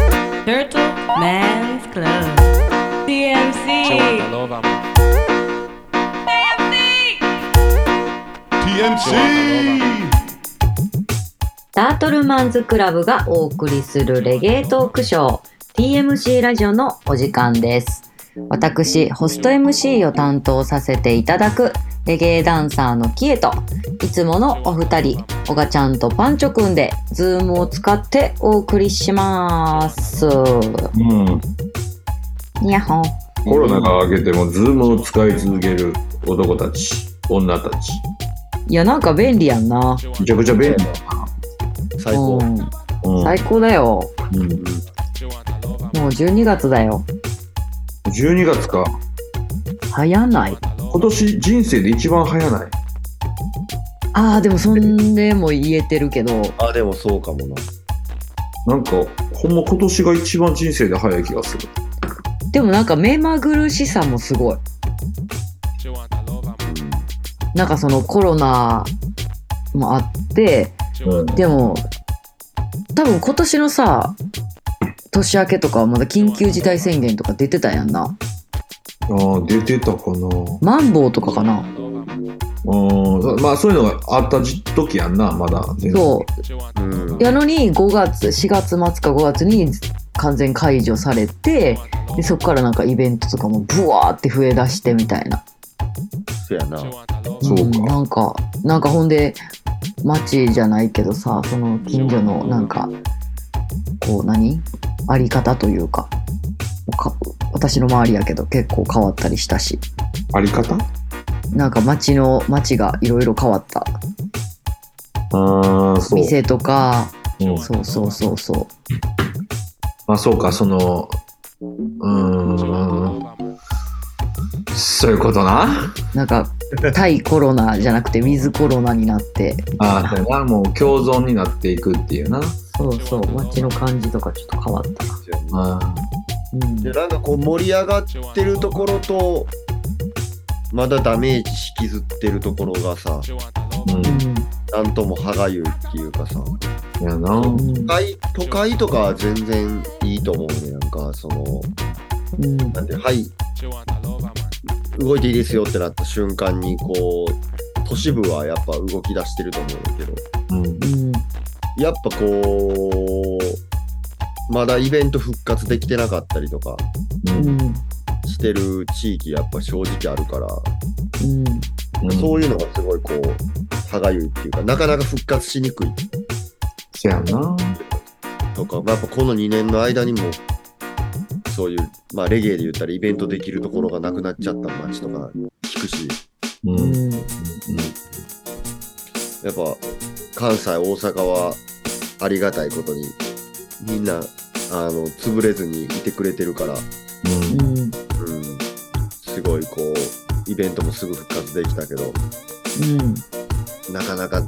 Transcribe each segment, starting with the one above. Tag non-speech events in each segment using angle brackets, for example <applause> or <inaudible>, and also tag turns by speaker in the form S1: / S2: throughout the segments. S1: Turtle Man's Club. DMC.
S2: Przeładowana.
S3: TMC!
S4: タートルマンズクラブがお送りするレゲエトークショー TMC ラジオのお時間です私ホスト MC を担当させていただくレゲエダンサーのキエといつものお二人オガちゃんとパンチョくんでズームを使ってお送りします
S5: うん、
S4: ニャホン
S5: コロナが明けても、ズームを使い続ける男たち、女たち、
S4: いやなんか便利やんな
S5: めちゃくちゃ便利。
S2: 最高
S4: う。ん
S5: うん
S4: 最高だよ
S5: うん、
S4: もう12月だよ
S5: 12月か、
S4: 早ない
S5: 今年人生で一番早ない。
S4: あーでもそんでも言えてるけど
S2: あ、でもそうかもな。
S5: なんか、ほんま今年が一番人生で早い気がする。
S4: でもなんか目まぐるしさもすごい。なんかそのコロナもあって、
S5: うん、
S4: でも多分今年のさ、年明けとかはまだ緊急事態宣言とか出てたやんな。
S5: ああ、出てたかな。
S4: マンボウとかかな。
S5: うん、まあそういうのがあった時時やんな、まだ。
S4: そうう。
S2: ん。
S4: やのに5月、4月末か5月に完全解除されて、でそっからなんかイベントとかもブワーって増えだしてみたいな。
S2: そうやな。
S5: そうか
S4: んなんかなんかほんで街じゃないけどさその近所のなんかこう何あり方というかか私の周りやけど結構変わったりしたし
S5: あり方
S4: なんか街の街がいろいろ変わった
S5: ああ、そう。
S4: 店とか
S5: うん
S4: そうそうそうそう
S5: まあそうか、その、うーん、そういうことな。
S4: なんか対コロナじゃなくてウィズコロナになって
S5: ああ、そうやな、もう共存になっていくっていうな。
S4: そうそう街の感じとかちょっと変わったな、
S5: あ
S4: うん
S2: で、なんかこう盛り上がってるところと、まだダメージ引きずってるところがさ、
S5: ーう
S2: なんとも歯がゆいっていうかさ、
S5: ん、やな。
S4: うんうん
S2: 都会都会とかは全然いいと思うね。なんか、その、
S4: うん
S2: なんて、はい、動いていいですよってなった瞬間に、こう、都市部はやっぱ動き出してると思うんだけど、
S5: うん、
S4: うん
S2: やっぱこう、まだイベント復活できてなかったりとか
S5: うん、
S2: してる地域やっぱ正直あるから、
S4: うんうん
S5: うん、そ
S2: そういうのがすごいこう、歯がゆいっていうか、なかなか復活しにくい
S5: やな。
S2: とか、まあやっぱこの2年の間にも、そういう、まあレゲエで言ったらイベントできるところがなくなっちゃった街とか聞くし、
S5: うん、
S4: う
S5: うん、
S4: ん
S2: やっぱ関西、大阪はありがたいことに、みんな、あの、潰れずにいてくれてるから、
S4: うん
S2: うん、すごいこう、イベントもすぐ復活できたけど、
S4: うん
S2: なかなか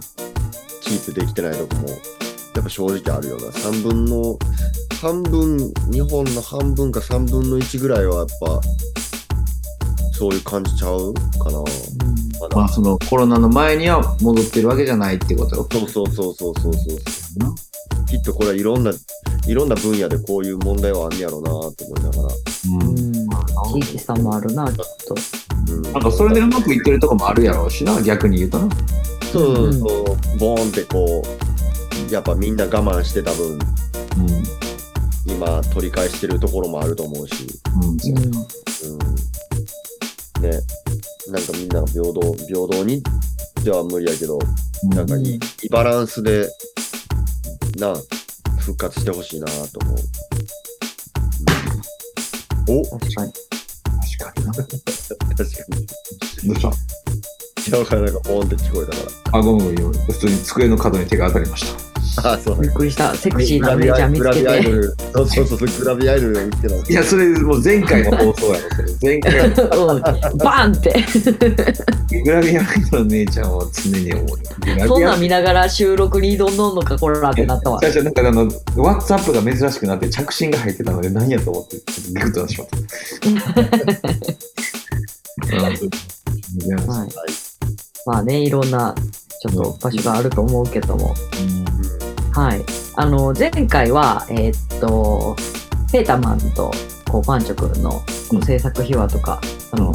S2: キープできてないとこも、やっぱ正直あるよな。3分の、半分、日本の半分か3分の1ぐらいはやっぱ、そういう感じちゃうかな。まだ
S5: まあそのコロナの前には戻ってるわけじゃないってことよ。
S2: そうそうそうそうそうそう。きっとこれはいろんな、いろんな分野でこういう問題はあんねやろうなと思いな
S5: う。
S2: がら。
S4: うんん、地域差もあるな、きっと。
S2: うん、
S5: なんかそれでうまくいってるとこもあるやろうしな、逆に言うとな。
S2: そうそうそう、ボーンってこう、やっぱみんな我慢してた分、
S5: うん、うん、
S2: 今取り返してるところもあると思うし。うんね、なんかみんなが平等、平等にでは無理やけど、
S5: うん
S2: なんかいい,、バランスで、な、復活してほしいなと思う。お <laughs>
S4: 確かに。
S5: 確かにな。
S2: 確かに。
S5: どうした
S2: 今日からなんかポーンって聞こえたか
S5: あ、ごめんごめん。普通に机の角に手が当たりました。
S2: ら。あ、 <laughs> そう
S4: びっくりした。セクシー
S2: グ
S4: な
S2: ラ
S4: 姉
S2: ビ
S4: ちゃ
S2: ア
S4: ん見
S2: グ
S4: つ
S2: ラ
S4: け
S2: ビアアイ
S4: て。
S2: ドル、そうそうそうそう、グラビアアイドルが見つけた。
S5: いや、それもう前回の放送やろ、それ。前回
S4: う
S5: の
S4: ん、バンって
S5: グラビアアイドルの姉ちゃんは常に思う。グラ
S4: そん
S5: ビア
S4: なん見ながら収録に挑んどんのかこらってなったわ
S5: 最初なんかあの、ワッツアップが珍しくなって着信が入ってたので何やと思って、ちょっとビクッとなってし
S4: <laughs>
S5: まった。うんいや
S4: はい、まあねいろんなちょっと場所があると思うけども、はいあの前回はえーっとペータマンとこうパンチョくんのこう
S5: うん
S4: 制作秘話とか、あの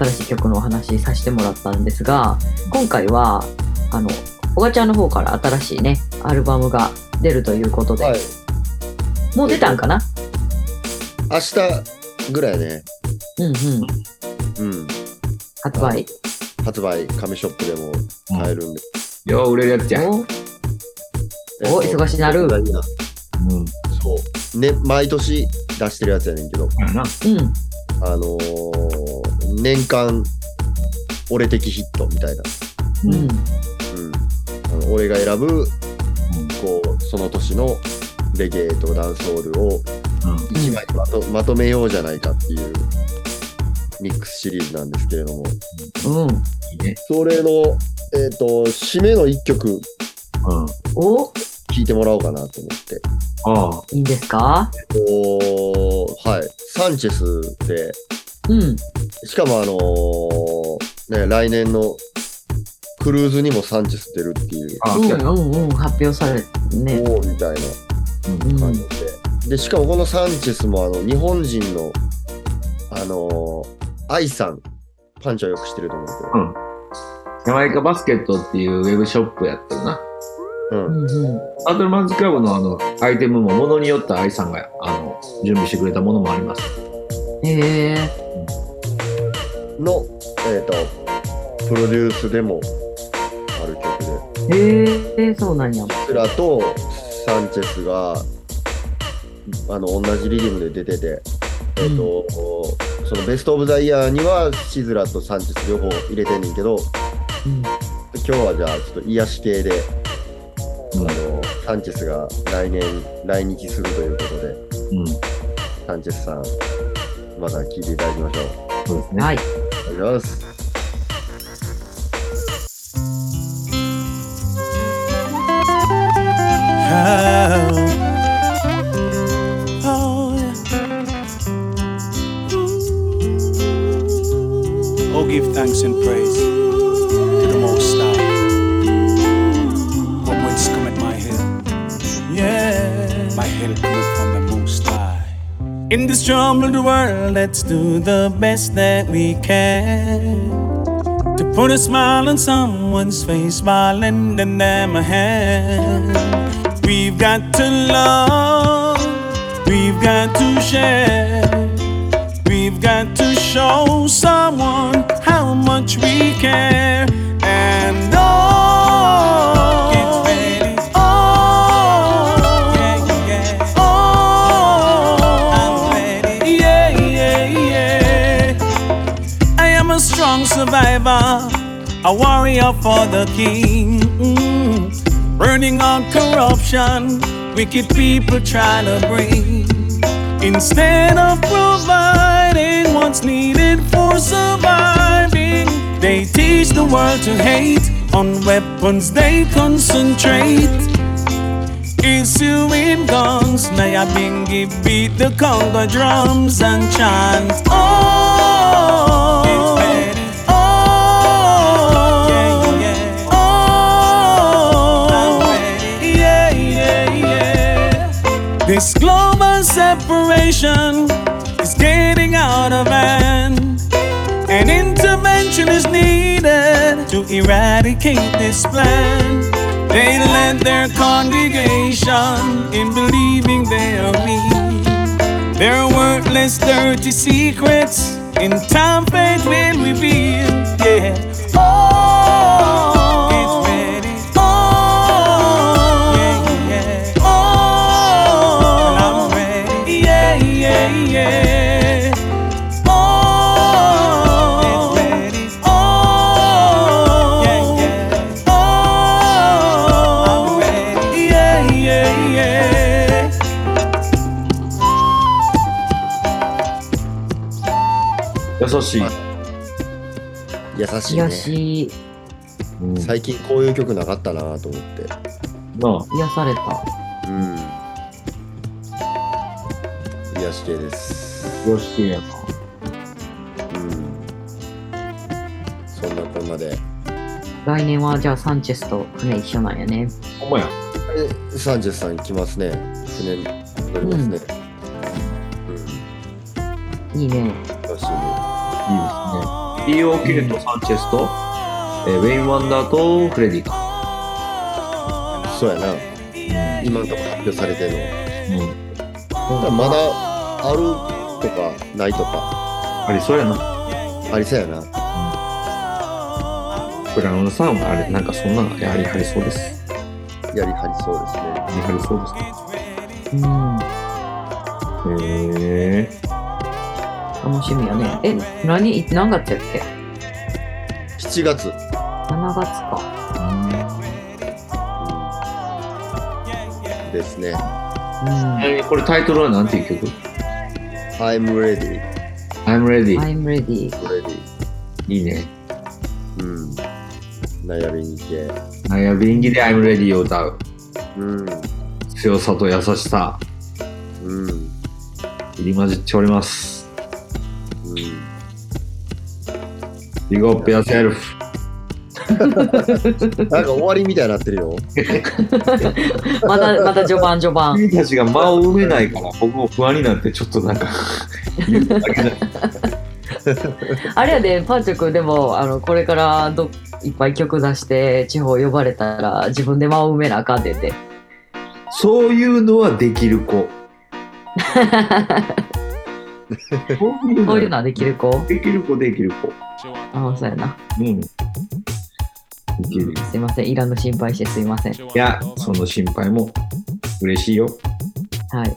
S4: 新しい曲のお話させてもらったんですが今回はあの小賀ちゃんの方から新しいねアルバムが出るということで、
S2: はい。
S4: もう出たんかな
S2: 明日ぐらいね。
S4: うんうん
S2: うん。
S4: 発売
S2: 発売、紙ショップでも買えるんで。
S5: よう売れるやつじゃん。
S4: おお
S2: えっと
S4: 忙しなる
S2: 大事な
S5: うん。
S2: そう。ね、毎年出してるやつやねんけど、
S5: やな。
S4: うん
S2: あのー年間、俺的ヒットみたいな。
S5: う
S4: うん
S5: ん。
S2: うんあの、俺が選ぶ、こう、その年のレゲエとダンスホールを一枚にまとまとめようじゃないかっていうミックスシリーズなんですけれども、
S4: うん
S5: いいね。
S2: それの、えっ、と、締めの一曲
S5: うん。
S4: お
S2: 聴いてもらおうかなと思って。
S5: ああ。
S4: いいんですか
S2: おーはい。サンチェスで、
S4: うん
S2: しかもあのーね、来年のクルーズにもサンチェス出るっていう、
S5: ああ、
S4: う
S5: 来
S4: ん
S5: た
S4: う
S5: な。
S4: んうん発表されてね
S2: おーみたいな
S4: うん
S2: 感じで。で、しかもこのサンチェスもあの、日本人の、あのー、愛さん、パンチはよく知ってると思う
S5: ジャマイカバスケットっていうウェブショップやってるな。
S2: けど、う。
S4: うんんうん
S5: アートルマンズクラブのあの、アイテムも、ものによって愛さんが、あの、準備してくれたものもあります。
S4: へえ
S2: の、えっ、と、プロデュースでもある曲で、
S4: へえそうなんや
S2: スラとサンチェスがあの同じリズムで出てて、えっとそのベスト・オブ・ザ・イヤーにはシズラとサンチェス両方入れてんねんけど
S4: うん
S2: 今日はじゃあちょっと癒し系で、
S5: うん
S2: あのサンチェスが来年来日するということで
S5: うん。
S2: サンチェスさんまた聞いていただきましょう。
S5: そうですね。
S4: はい
S2: お願いします。
S3: Oh, give thanks and praise to the Most High. What words come at my help? Yeah, my help cometh from the Most High. In this troubled world, let's do the best that we can to put a smile on someone's face by lending them a hand. We've got to love, we've got to share. We've got to show someone how much we care. And oh, get ready. Oh, yeah, yeah. Oh, I'm ready. Yeah, yeah, yeah. I am a strong survivor, a warrior for the king. Mm. Burning out corruption, wicked people try to bring. Instead of providing what's needed for surviving, they teach the world to hate. On weapons they concentrate. Issuing guns, now I bingy beat the Congo drums and chant. Oh, oh, oh, yeah, yeah, yeah. This global separation is getting out of hand. An intervention is needed to eradicate this plan. They led their congregation in believing they are weak. Their worthless, dirty secrets in time faith will reveal. Yeah. Oh, get ready. Oh, yeah, yeah. Oh, I'm ready. Yeah, yeah, yeah. Oh, get ready. Oh, yeah, yeah. Oh, I'm ready. Yeah, yeah, yeah.
S5: 優しい。
S2: 優しい
S4: よ
S2: ね。
S4: し
S5: うんな
S2: 最近こういう曲なかったなと思って。
S5: あ
S4: 癒された
S2: うん。癒し系です。
S5: よしやな。
S2: うん。そんなこんなで。
S4: 来年はじゃあサンチェスと船一緒なんやね
S5: ほんまや。
S2: え、サンジェスさん来ますね。船乗りますね。
S4: いいね。
S2: らしいね。
S5: いいですね。EOK とサンチェスと、えーウェイン・ワンダーとフレディか。
S2: そうやな。今のとこ発表されてるの。
S5: うん。
S2: ただまだあるとかないとか
S5: ありそうやな。
S2: ありそうやな。
S5: ブラウンさんはあれ、なんかそんなのやはりありそうです。
S2: やりはりそうですね。
S5: やはりそうで
S4: うん。
S5: すへえ。
S4: 楽しみやね。え、何、何月やっけ
S2: 7月。
S4: ?7 月か。
S2: うんですね。
S4: うん。
S5: えこれタイトルはなんていう曲
S2: I'm ready.
S5: ?I'm ready、
S4: I'm ready.
S2: ready.
S5: いいね。
S2: うん。悩みに系。
S5: 悩み演技で I'm ready を歌う。
S2: うん。
S5: 強さと優しさ、
S2: うん。うん。
S5: 入り混じっております。Big up yourself。
S2: なんか終わりみたいになってる <laughs> よ。
S4: まだ、まだ序盤序盤。
S5: 君たちが間を埋めないから、僕も不安になって、ちょっとなんか言うだけだ、
S4: あれやで、パンチョ君でも、あの、これからど、いっぱい曲出して、地方呼ばれたら、自分で間を埋めなあかんでって。
S5: そういうのはできる子。 <laughs> そういう
S4: こういうのはできる子
S5: できる子、できる子。
S4: ああ、そうやな。
S5: うん。できる。
S4: すいません。いらぬ心配してすいません。
S5: いや、その心配も嬉しいよ。
S4: はい。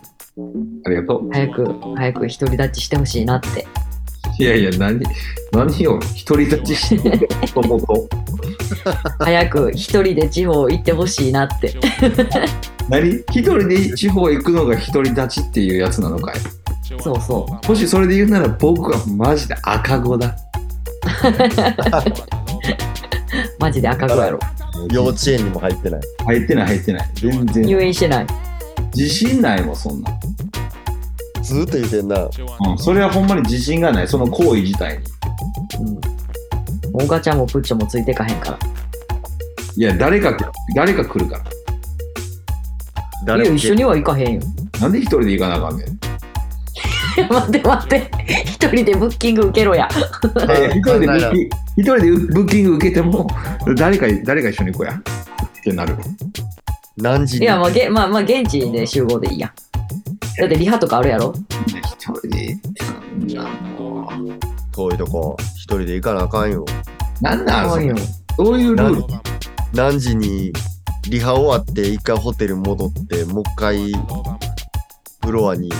S5: ありがとう。
S4: 早く、早く独り立ちしてほしいなって。
S5: いやいや、何、何を独り立ちして、もともと。 <laughs>
S4: 早く一人で地方行ってほしいなって。
S5: 何一人で地方行くのが独り立ちっていうやつなのかい
S4: そうそ
S5: もしそれで言うなら僕はマジで赤子だ。
S4: う。マジで赤子やろ。
S2: 幼稚園にも入ってない。
S5: 入ってない入ってない。全然。
S4: 入園してない。
S5: 自信ないもん、そんな。
S2: ずーっと言うてんな。
S5: うん。それはほんまに自信がない。その行為自体に。
S4: おがちゃんもプッチョもついてかへんか
S5: いや、誰か、誰か来るから。
S4: ら。い
S2: 誰
S4: や、
S2: も
S4: 一緒には行かへんよ。 <laughs>
S5: なんで一人で行かなあかん <laughs> ねん。
S4: いや待って待って。一人でブッキング受けろや。
S2: 考
S5: いや一
S2: え
S5: 人でブ
S2: ない
S5: ッキング一人でブッキング受けても、誰か、誰か一緒に行こうや。ってなる。
S2: 何時
S4: い
S2: に
S4: や、まあ、げまあ、まあ、現地で集合でいいやん。だってリハとかあるやろ
S5: 一人で行ってたんだもう
S2: 遠いとこ、一人で行かなあかんよ。
S5: なんなんそ
S4: 怖い
S5: れ
S4: よ。
S5: どういうルール
S2: 何時にリハ終わって一回ホテル戻ってもう一回フロアに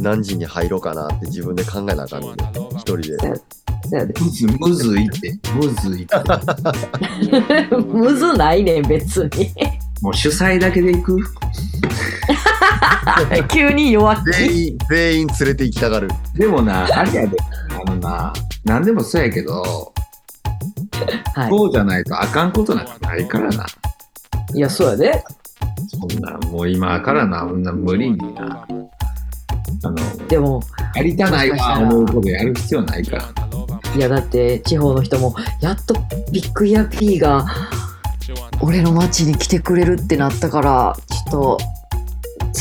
S2: 何時に入ろうかなって自分で考えなあかんのね一人で
S4: そうやで
S5: むずむずいって、むずいって。
S4: <laughs> むずないねん、別
S5: <laughs>
S4: に。
S5: もう主催だけで行く
S4: 急に弱気。
S2: 全員全員連れて行きたがる
S5: でもな、あれやで、あのな、なんでもそうやけど、
S4: は
S5: そうじゃないとあかんことなんかないからな。
S4: い。いや、そうやで。
S5: そんな、もう今からな、そんな無理にな。あの、
S4: でも、
S5: やりたないわ、思うことやる必要ないから。
S4: いや、だって、地方の人も、やっとビッグイヤー P が、俺の町に来てくれるってなったから、ちょっと、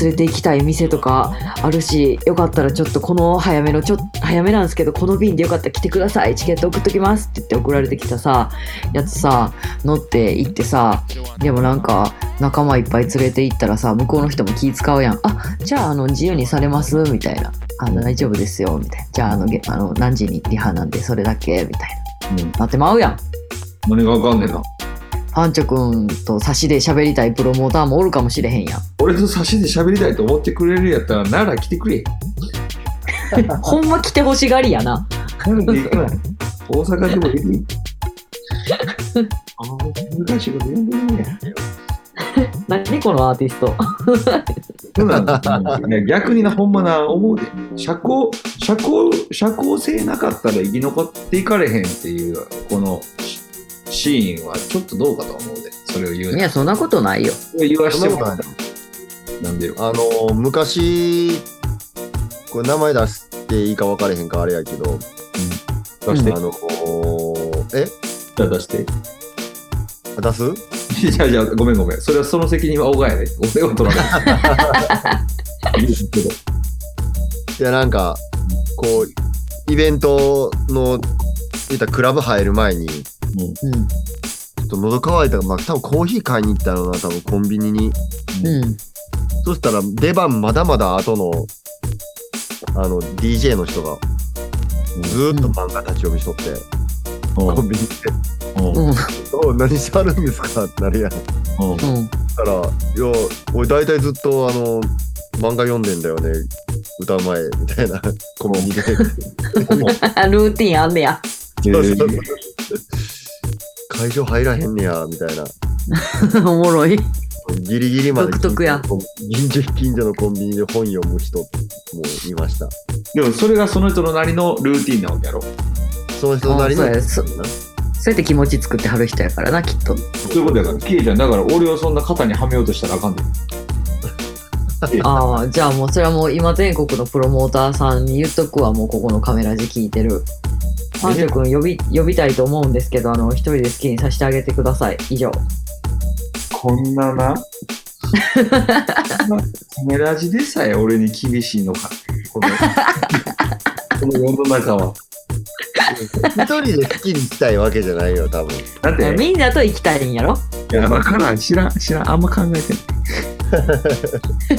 S4: 連れて行きたい店とかあるし、よかったらちょっとこの早めの、ちょっと早めなんですけど、この便でよかったら来てください、チケット送っときますって言って送られてきたさ、やつさ、乗って行ってさ、でもなんか、仲間いっぱい連れて行ったらさ、向こうの人も気使うやん。あ、じゃあ、あの、自由にされますみたいな。あの大丈夫ですよみたいなじゃああのげあの何時にリハなんでそれだけみたい
S5: うん。
S4: ななってまうやん
S5: 何がわかんねえな。
S4: パンチョ君と差しで喋りたいプロモーターもおるかもしれへんやん
S5: 俺と差しで喋りたいと思ってくれるやったら、なら来てくれ。
S4: ほんま来てほしがりやな
S5: なんで行か
S4: <laughs>
S5: ない。大阪でも行く。 <laughs> ああ、難しいこと言うんだよね。
S4: 何このアーティスト
S5: そうなんだいや逆にな、ほんまな、思うで。社交、社交、社交性なかったら生き残っていかれへんっていう、このシシーンはちょっとどうかと思うで。それを言う
S4: い
S5: ね。
S4: やそんなことないよ
S5: それ言わしてもらったなんでよ。
S2: あの昔これ名前出していいか分からへんかあれやけど
S5: 出して、
S2: あのえ
S5: じゃあ出して。
S2: 出す
S5: じゃあじゃあ、ごめんごめん。それはその責任は小川やで。俺は取らない。いいですけど
S2: いやなんかこうイベントの言ったらクラブ入る前にち
S4: う
S2: ょっと喉乾いたから、まあ、多分コーヒー買いに行ったろうな多分コンビニ
S4: ん。
S2: に
S4: うん。
S2: そしたら出番まだまだ後のあの DJ の人がずーっと漫画立ち読みしとって、コンビニで
S5: うん
S4: うん。
S2: 「おう何してはるんですか?」ってなるやん。
S5: うん
S4: うん。 <laughs>
S2: たら「いや俺大体ずっとあの漫画読んでんだよね歌う前」みたいな <laughs> コンビニで。
S4: ルーティンあんねや。
S2: そうそうそう会場入らへんねやみたい
S4: <laughs>
S2: な
S4: おもろい。
S2: ギリギリまで
S4: 独特や
S2: 近所近所のコンビニで本読む人もいました
S5: でもそれがその人のなりのルーティンなわけやろ。そ
S2: その人なりの
S4: あそうやそうやって気持ち作ってはる人やからな、きっと。
S5: ういうことやから、キエちゃん、だから俺をそんな肩にはめようとしたらあかんで。
S4: ああ、じゃあもうそれはもう今全国のプロモーターさんに言っとくわ、もうここのカメラ字聞いてる。パンチョ君呼び、呼びたいと思うんですけど、あの、一人で好きにさせてあげてください。以上。
S5: こんなな、カメラ字でさえ俺に厳しいのか、このこの世の中は。
S2: 一人で好きにしたいわけじゃないよ多分
S5: だっ
S4: いや
S5: て、
S4: みんなと行きたいんやろ
S5: いや、わからん、知らん、知らん、あんま考え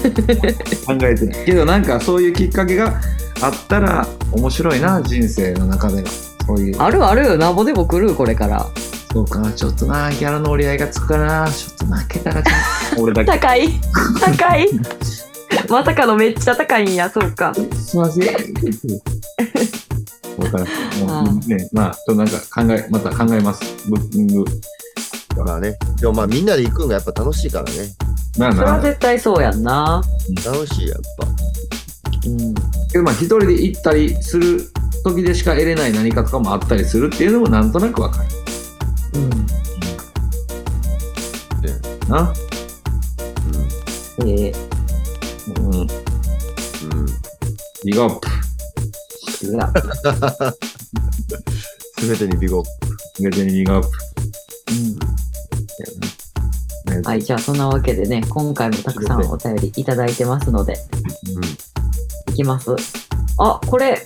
S5: て
S4: <laughs>
S5: ない。考えてない。けど、なんかそういうきっかけがあったら面白いな、人生の中での。そういう。
S4: あるあるよ、なんぼでも来る、これから。
S5: そうかな、ちょっとな、ギャラの折り合いがつくかな、ちょっと負けたらちょっと、俺だけ。
S4: 高い高いまさかのめっちゃ高いんや、そうか。
S5: すいま
S4: <laughs>
S5: せん。わからん。もうね、まあ、ちょっとなんか考え、また考えます。ブッキング。
S2: まあねでもまあみんなで行くのがやっぱ楽しいからね
S5: まあ
S4: それ
S5: ま
S4: は
S5: あ、
S4: 絶対そうやんな。
S2: 楽しいやっぱ
S4: うん。
S5: けどまあ、一人で行ったりする時でしか得れない何かとかもあったりするっていうのもなんとなくわかるな。
S4: うん。えー、
S5: うん。
S2: うん、うん、
S5: ビガップ。
S4: うわ
S2: 全てに美語
S5: 別にビガップ。ね
S4: はい、じゃあそんなわけでね、今回もたくさんお便りいただいてますので、いきます。あ、これ、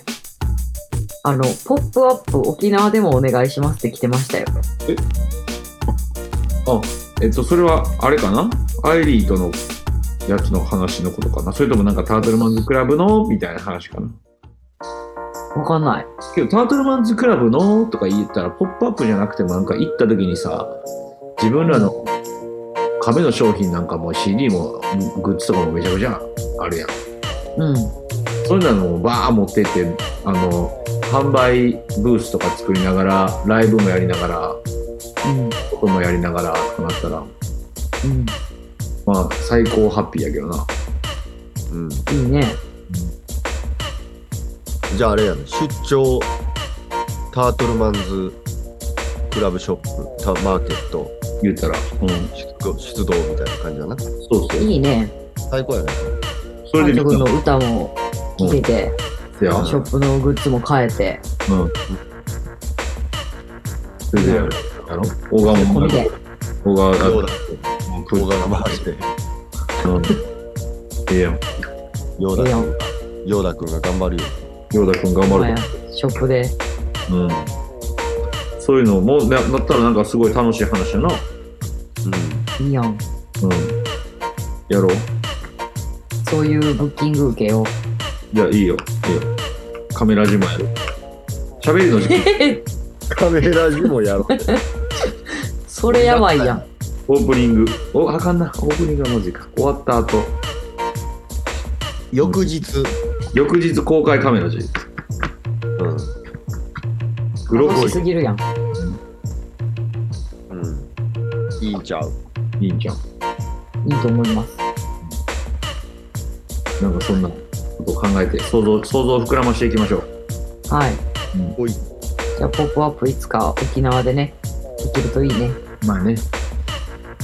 S4: あの、ポップアップ沖縄でもお願いしますって来てましたよ。
S5: えっと、それは、あれかなアイリーとのやつの話のことかなそれともなんかタートルマンズクラブのみたいな話かな
S4: わかんない。
S5: けど、タートルマンズクラブのとか言ったら、ポップアップじゃなくてもなんか行った時にさ、自分らの壁の商品なんかも CD もグッズとかもめちゃくちゃあるやん。
S4: うん。
S5: そういうのをバー持ってって、あの、販売ブースとか作りながら、ライブもやりながら、
S4: うん。
S5: 音もやりながらとかなったら、
S4: うん。
S5: まあ、最高ハッピーやけどな。
S2: うん
S4: いいね。
S2: じゃああれやね出張タートルマンズクラブショップタマーケット
S5: 言ったら。うん。
S2: 出動出動みたいな感じだな
S5: そうそう。
S4: いいね。
S2: 最高やね
S5: そ
S4: 韓
S5: れで
S4: 国
S5: 見
S4: の歌も聴けて、
S5: たよ。
S2: うん
S4: ショップのグッズも買えて、
S5: それでやる。あの、小川
S4: こ
S5: も
S4: れ、で。
S5: 小川、
S2: どうだ
S5: もうプ
S2: 動
S5: ロ
S2: 画が回して
S5: ええやん。
S4: え
S2: ヨ
S4: え
S2: ー
S4: や
S2: ダ
S4: ん
S2: 君がヨーダ君が頑張るよ
S5: ヨーダ君頑
S4: ほん
S5: 張
S4: まや
S5: る。
S4: ショップで。
S5: うん。そういうのも、ななったらなんかすごい楽しい話やな。
S2: う
S4: いいやん。
S5: うん。やろう。
S4: そういうブッキング受けよう。
S5: いや、いいよ。いいよ。カメラ島やる。喋りの時 <laughs> 間、
S2: んカメラにもやろう
S4: それやばいやん。
S5: オープニング。お、あかんな。オープニングはマジか。終わった後。
S2: <laughs> 翌日、
S5: 翌日公開カメラ時。
S2: うん
S5: グロ
S4: 楽
S5: ゴ
S4: し
S5: イ
S4: す。ぎるやん。
S2: うん、いいんちゃう
S5: いいんじゃん。
S4: いいと思います。
S5: なんかそんなことを考えて、想像、想像を膨らましていきましょう。
S4: はい。
S2: おい
S4: じゃあ、ポップアップいつか沖縄でね、できるといいね。
S5: まあね。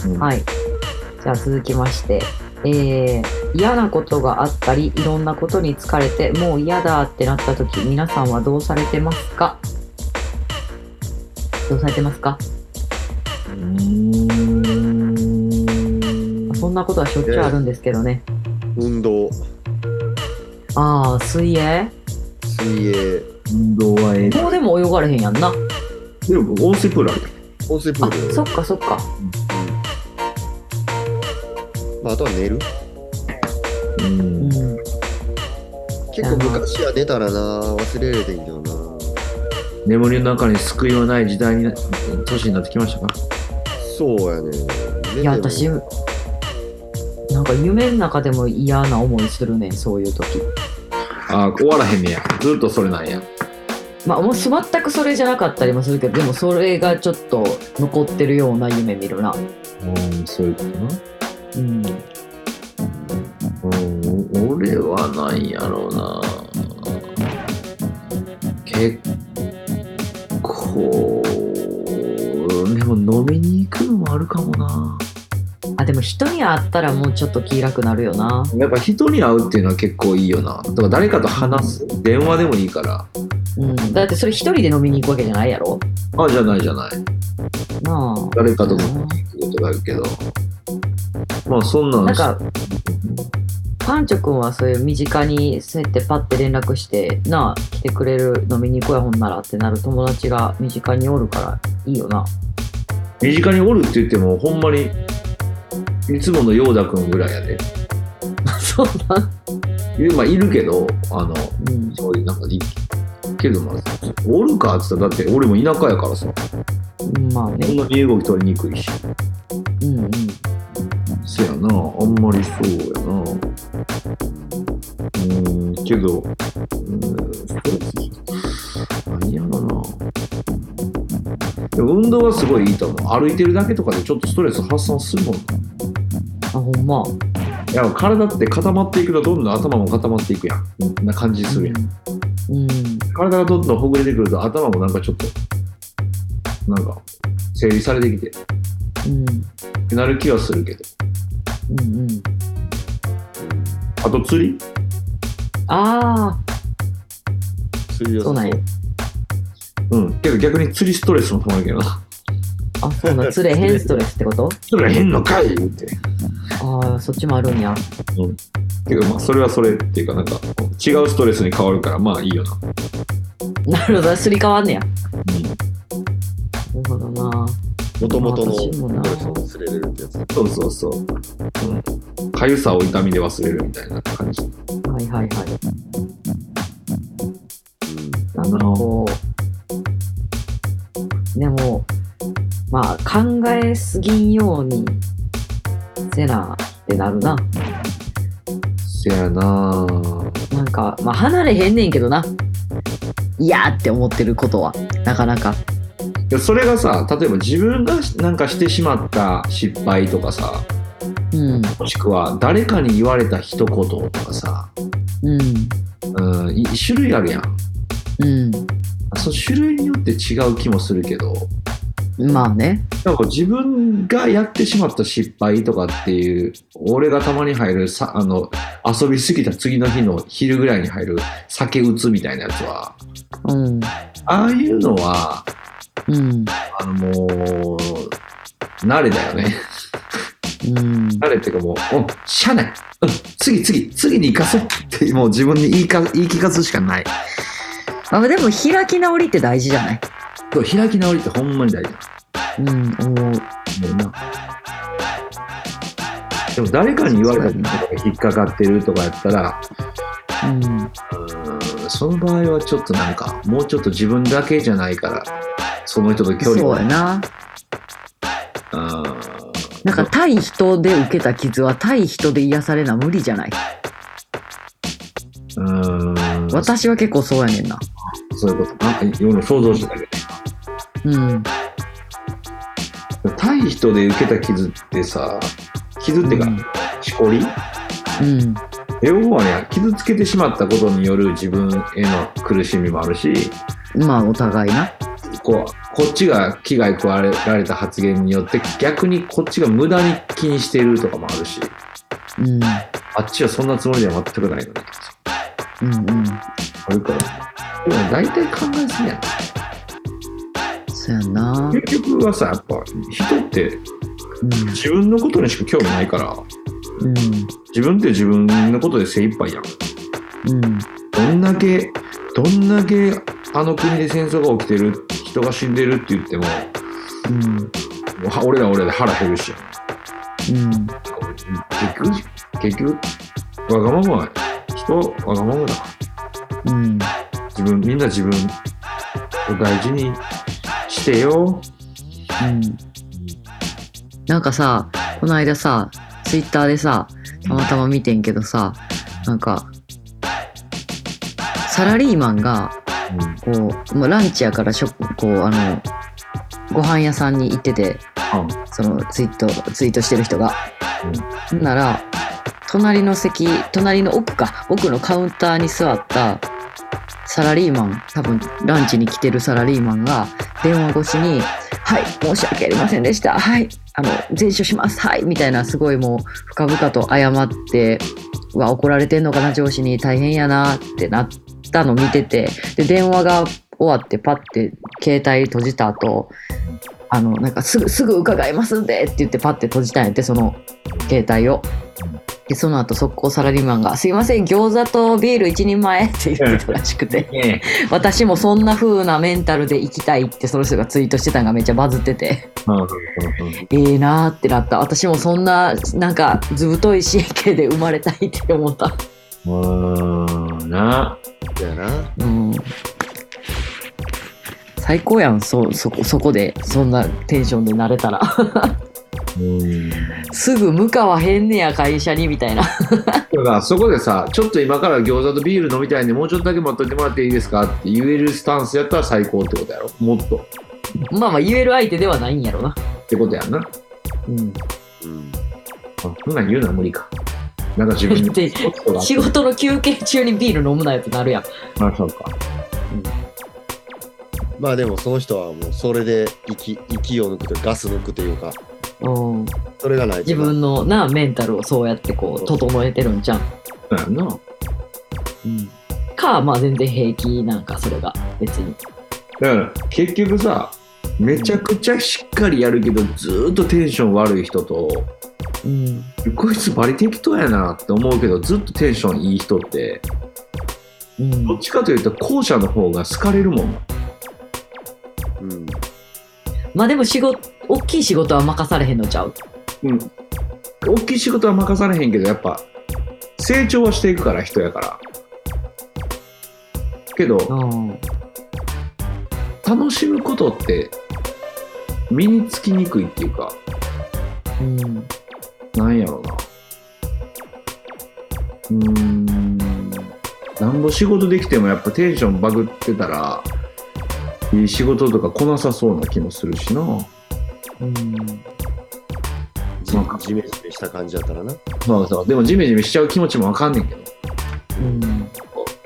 S5: うん
S4: はい。じゃあ続きまして、えー、嫌なことがあったり、いろんなことに疲れて、もう嫌だってなった時、皆さんはどうされてますかどうされてますか
S5: うーん
S4: そんなことはしょっちゅうあるんですけどね。
S2: 運動
S4: ああ、水泳
S2: 水泳、
S5: 運動はええ
S4: もうでも泳がれへんやんな
S5: でも温水プールある
S2: 温水プ
S4: あ
S2: ール、
S4: そっかそっか
S2: まあ、あとは寝る。
S5: うん
S4: うん
S2: 結構昔は寝たらな、忘れれてんけどな。
S5: 眠りの中に救いはない時代にな年になってきましたか
S2: そうやね。
S4: いや私なんか夢の中でも嫌な思いするねんそういう時
S5: ああ終わらへんねやずっとそれなんや
S4: まあもうす全くそれじゃなかったりもするけどでもそれがちょっと残ってるような夢見るな
S5: うんそういうことな
S4: うん
S5: うん俺はなんやろうな結構でも飲みに行くのもあるかもな
S4: あでも人に会ったらもうちょっと気楽なるよな
S5: やっぱ人に会うっていうのは結構いいよなだから誰かと話す電話でもいいから
S4: うんだってそれ一人で飲みに行くわけじゃないやろ
S5: あじゃないじゃない
S4: なあ
S5: 誰かとも行くことがあるけどまあそんなん
S4: なんか、パンチョくんはそういう身近にそうやってパッて連絡して、なあ、来てくれる、飲みに行こうやほんならってなる友達が身近におるからいいよな。 <laughs>
S5: 身近におるって言ってもほんまにいつもの陽太くんぐらいやで、
S4: そうなん。
S5: いまあ、いるけどあの
S4: うん。
S5: そういうなんかいけどまあおるかっつったらだって俺も田舎やからさ
S4: まあ
S5: そん
S4: ね。
S5: な身動き取りにくいし
S4: うんうん。
S5: そやなあんまりそうやなうんけどうんそう何やろなでも運動はすごいいいと思う歩いてるだけとかでちょっとストレス発散するもんな
S4: あ、ほんま。
S5: いや体って固まっていくとどんどん頭も固まっていくやんこんな感じするやん
S4: うん。
S5: 体がどんどんほぐれてくると頭もなんかちょっとなんか整理されてきて
S4: うん。
S5: ってなる気はするけど
S4: うんうん。
S5: あと釣り
S4: あ
S2: 釣り
S4: あ、
S2: を
S4: そうなんや。
S5: うんけど逆に釣りストレスもたまるけどな
S4: あ、そうなん。釣れへんストレスって <laughs> こと
S5: 釣れへんのかい言うて
S4: ああ、そっちもあるんや。
S5: けどまあそれはそれっていうかなんか違うストレスに変わるからまあいいよな、
S4: なるほど。すり替わんねや。なるほどな。
S2: もともとの
S4: 私もな
S2: ストレスを忘れれるってやつ。
S5: そうそうそう、うん、かゆさを痛みで忘れるみたいな感じ
S4: はいはいはい。
S2: う
S4: なんかこう、でも、まあ考えすぎんようにせなってなるな。
S5: せやなあ
S4: なんか、まあ離れへんねんけどな。いやーって思ってることは、なかなか。
S5: いやそれがさ例えば自分がなんかしてしまった失敗とかさ
S4: うん、
S5: もしくは誰かに言われた一言とかさ、
S4: うん、
S5: うん、い種類あるやん
S4: う
S5: その種類によって違う気もするけど
S4: ん。まあね。
S5: なんか自分がやってしまった失敗とかっていう俺がたまに入るさあの遊びすぎた次の日の昼ぐらいに入る酒打つみたいなやつは
S4: うん、
S5: ああいうのは
S4: うん、
S5: あのもう慣れだよね <laughs>
S4: うん。
S5: 慣れっていうかもう「うんしゃあない、うん、次次次に行かせ」ってもう自分に言いか言い聞かすしかない
S4: まあでも開き直りって大事じゃない
S5: そう開き直りってほんまに大事
S4: うん、思う。
S5: もんな。でも誰かに言われたことが引っかかってるとかやったら、
S4: うん、
S5: うーんその場合はちょっとなんか、もうちょっと自分だけじゃないから、その人と距離
S4: そ
S5: を
S4: うや。な。
S5: あー
S4: なんか対人で受けた傷は対人で癒されな無理じゃない。
S5: うーん、
S4: 私は結構そうやねんな。
S5: そういうこと。なんか、の想像してたけ
S4: うん。
S5: ど、対人で受けた傷ってさ、傷っていうか、
S4: うん
S5: しこり
S4: うん。
S5: 要はね、傷つけてしまったことによる自分への苦しみもあるし、
S4: まあお互いな。
S5: こうこっちが危害加えられた発言によって逆にこっちが無駄に気にしているとかもあるし
S4: うん。うん
S5: あっちはそんなつもりでは全くないのに
S4: うん。
S5: あるからでも大体考えすぎや
S4: そうやんな
S5: な。結局はさやっぱ人って自分のことにしか興味ないから
S4: うん。
S5: 自分って自分のことで精一杯やん
S4: うん。うん。
S5: どんだけどんだけあの国で戦争が起きてる人が死んでるって言っても
S4: うん
S5: もうは俺ら俺らで腹減るし
S4: うん
S5: 結局結局わがままは人はわがままだ
S4: うん
S5: 自分みんな自分を大事にしてよ
S4: うんなんかさこの間さツイッターでさたまたま見てんけどさなんかサラリーマンが
S5: うん
S4: こう、まあ、ランチやからしょこうあのご飯屋さんに行ってて
S5: うん
S4: そのツイートツイートしてる人が。ほんなら隣の席隣の奥か奥のカウンターに座ったサラリーマン多分ランチに来てるサラリーマンが電話越しに「はい申し訳ありませんでしたはいあの全処しますはい」みたいなすごいもう深々と謝って「うわ怒られてんのかな上司に大変やな」ってなったの見ててで電話が終わってパッて携帯閉じた後あのなんかすぐすぐ伺いますんでって言ってパッて閉じたんやってその携帯を。でその後速攻サラリーマンが「すいません餃子とビール一人前」って言ってたらしくて
S5: ね
S4: <laughs> 私もそんな風なメンタルで生きたいってその人がツイートしてたのがめっちゃバズってて <laughs>
S5: うんうん
S4: ええなーってなった私もそんななんかずぶとい神経で生まれたいって思った
S5: うんうんな
S2: だよな。
S4: うん最高やんそそこそこでそんなテンションでなれたら <laughs>
S5: うん
S4: すぐ向かわへんねや会社にみたいな <laughs>
S5: だからそこでさちょっと今から餃子とビール飲みたいんでもうちょっとだけ待っといてもらっていいですかって言えるスタンスやったら最高ってことやろもっとっ
S4: まあまあ言える相手ではないんやろな
S5: てことやんなあ
S4: うん
S2: うん。
S5: そんなん言うのは無理かなんか自分
S4: で
S5: にことがあって
S4: 仕事の休憩中にビール飲むなよってなるやん
S5: あそうか
S2: まあでもその人はもうそれで息息を抜くというかガス抜くというか、
S4: うん
S2: それがないと
S4: 自分のなメンタルをそうやってこう整えてるんじゃん
S5: そうやんな
S4: かまあ全然平気なんかそれが別に
S5: だから結局さめちゃくちゃしっかりやるけどずーっとテンション悪い人と
S4: うん
S5: こいつバリ適当やなって思うけどずっとテンションいい人って
S4: うん
S5: どっちかというと後者の方が好かれるもんな
S2: うん。
S4: まあでも仕事大きい仕事は任されへんのちゃう
S5: うん大きい仕事は任されへんけどやっぱ成長はしていくから人やからけど
S4: うん
S5: 楽しむことって身につきにくいっていうか
S4: うん
S5: なんやろな。うーん。なんぼ仕事できてもやっぱテンションバグってたら、いい仕事とか来なさそうな気もするしな。
S4: うん
S2: じ
S5: なんか
S2: じめじめした感じだったらな。
S5: そうそう。でもジメジメしちゃう気持ちもわかんねんけど。
S4: うん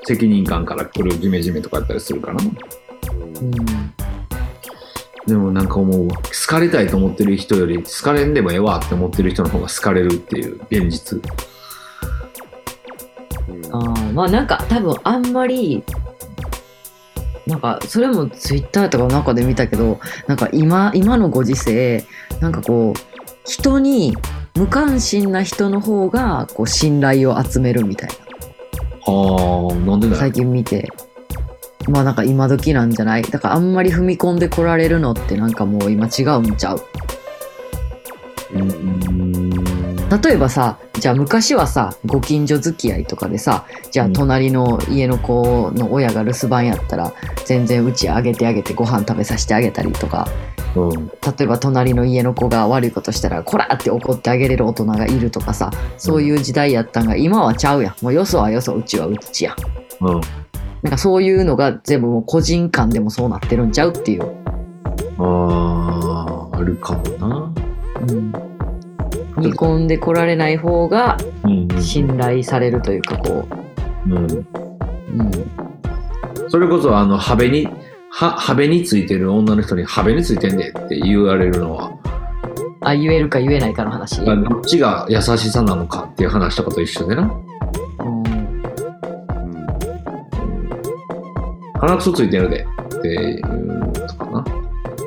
S5: 責任感から来るジメジメとかやったりするかな。
S2: うん
S4: うん
S5: でもなんか思うわ。好かれたいと思ってる人より、好かれんでもええわって思ってる人の方が好かれるっていう現実。
S2: うん
S4: あーまあなんか多分あんまりなんかそれもツイッターとかの中で見たけどなんか今今のご時世なんかこう人に無関心な人の方がこう信頼を集めるみたい
S5: ああ、なんで
S4: な
S5: だ
S4: 最
S5: よ。
S4: 近見てまあなんか今時なんじゃないだからあんまり踏み込んでこられるのってなんかもう今違うんちゃう
S5: うーん
S4: 例えばさじゃあ昔はさご近所付き合いとかでさじゃあ
S5: うん
S4: 隣の家の子の親が留守番やったら全然うちあげてあげてご飯食べさせてあげたりとか
S5: うん。
S4: 例えば隣の家の子が悪いことしたらこらって怒ってあげれる大人がいるとかさそういう時代やったんが今はちゃうやんもうよそはよそうちはうちやん
S5: うん。
S4: なんかそういうのが全部もう個人間でもそうなってるんちゃうっていう、
S5: ああ、あるかもな。
S4: うん、煮込んでこられない方が
S5: うん
S4: 信頼されるというかこ
S5: うん、
S4: う、うん、
S5: それこそあのハベにはハベについてる女の人に「ハベについてんで」って言われるのは
S4: あ言えるか言えないかの話
S5: どっちが優しさなのかっていう話とかと一緒でな
S4: うん
S2: うん
S5: 「鼻くそついてるで」っていうとかな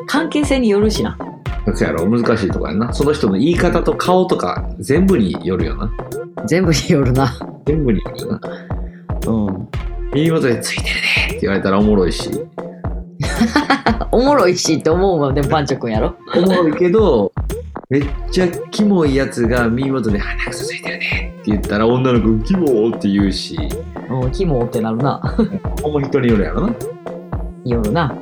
S4: 関係性によるしな。
S5: そうやろ難しいとかやなその人の言い方と顔とか全部によるよな
S4: 全部によるな。
S5: 全部によるよな
S4: うん。
S5: 耳元でついてるねって言われたらおもろいし、
S4: おもろいしって思うわでもパンチョくんやろ
S5: おもろいけど、めっちゃキモいやつが耳元で鼻くそついてるねって言ったら女の子キモーって言うし、
S4: うんキモってなるな
S5: ほんま人によるやろな。
S4: 夜な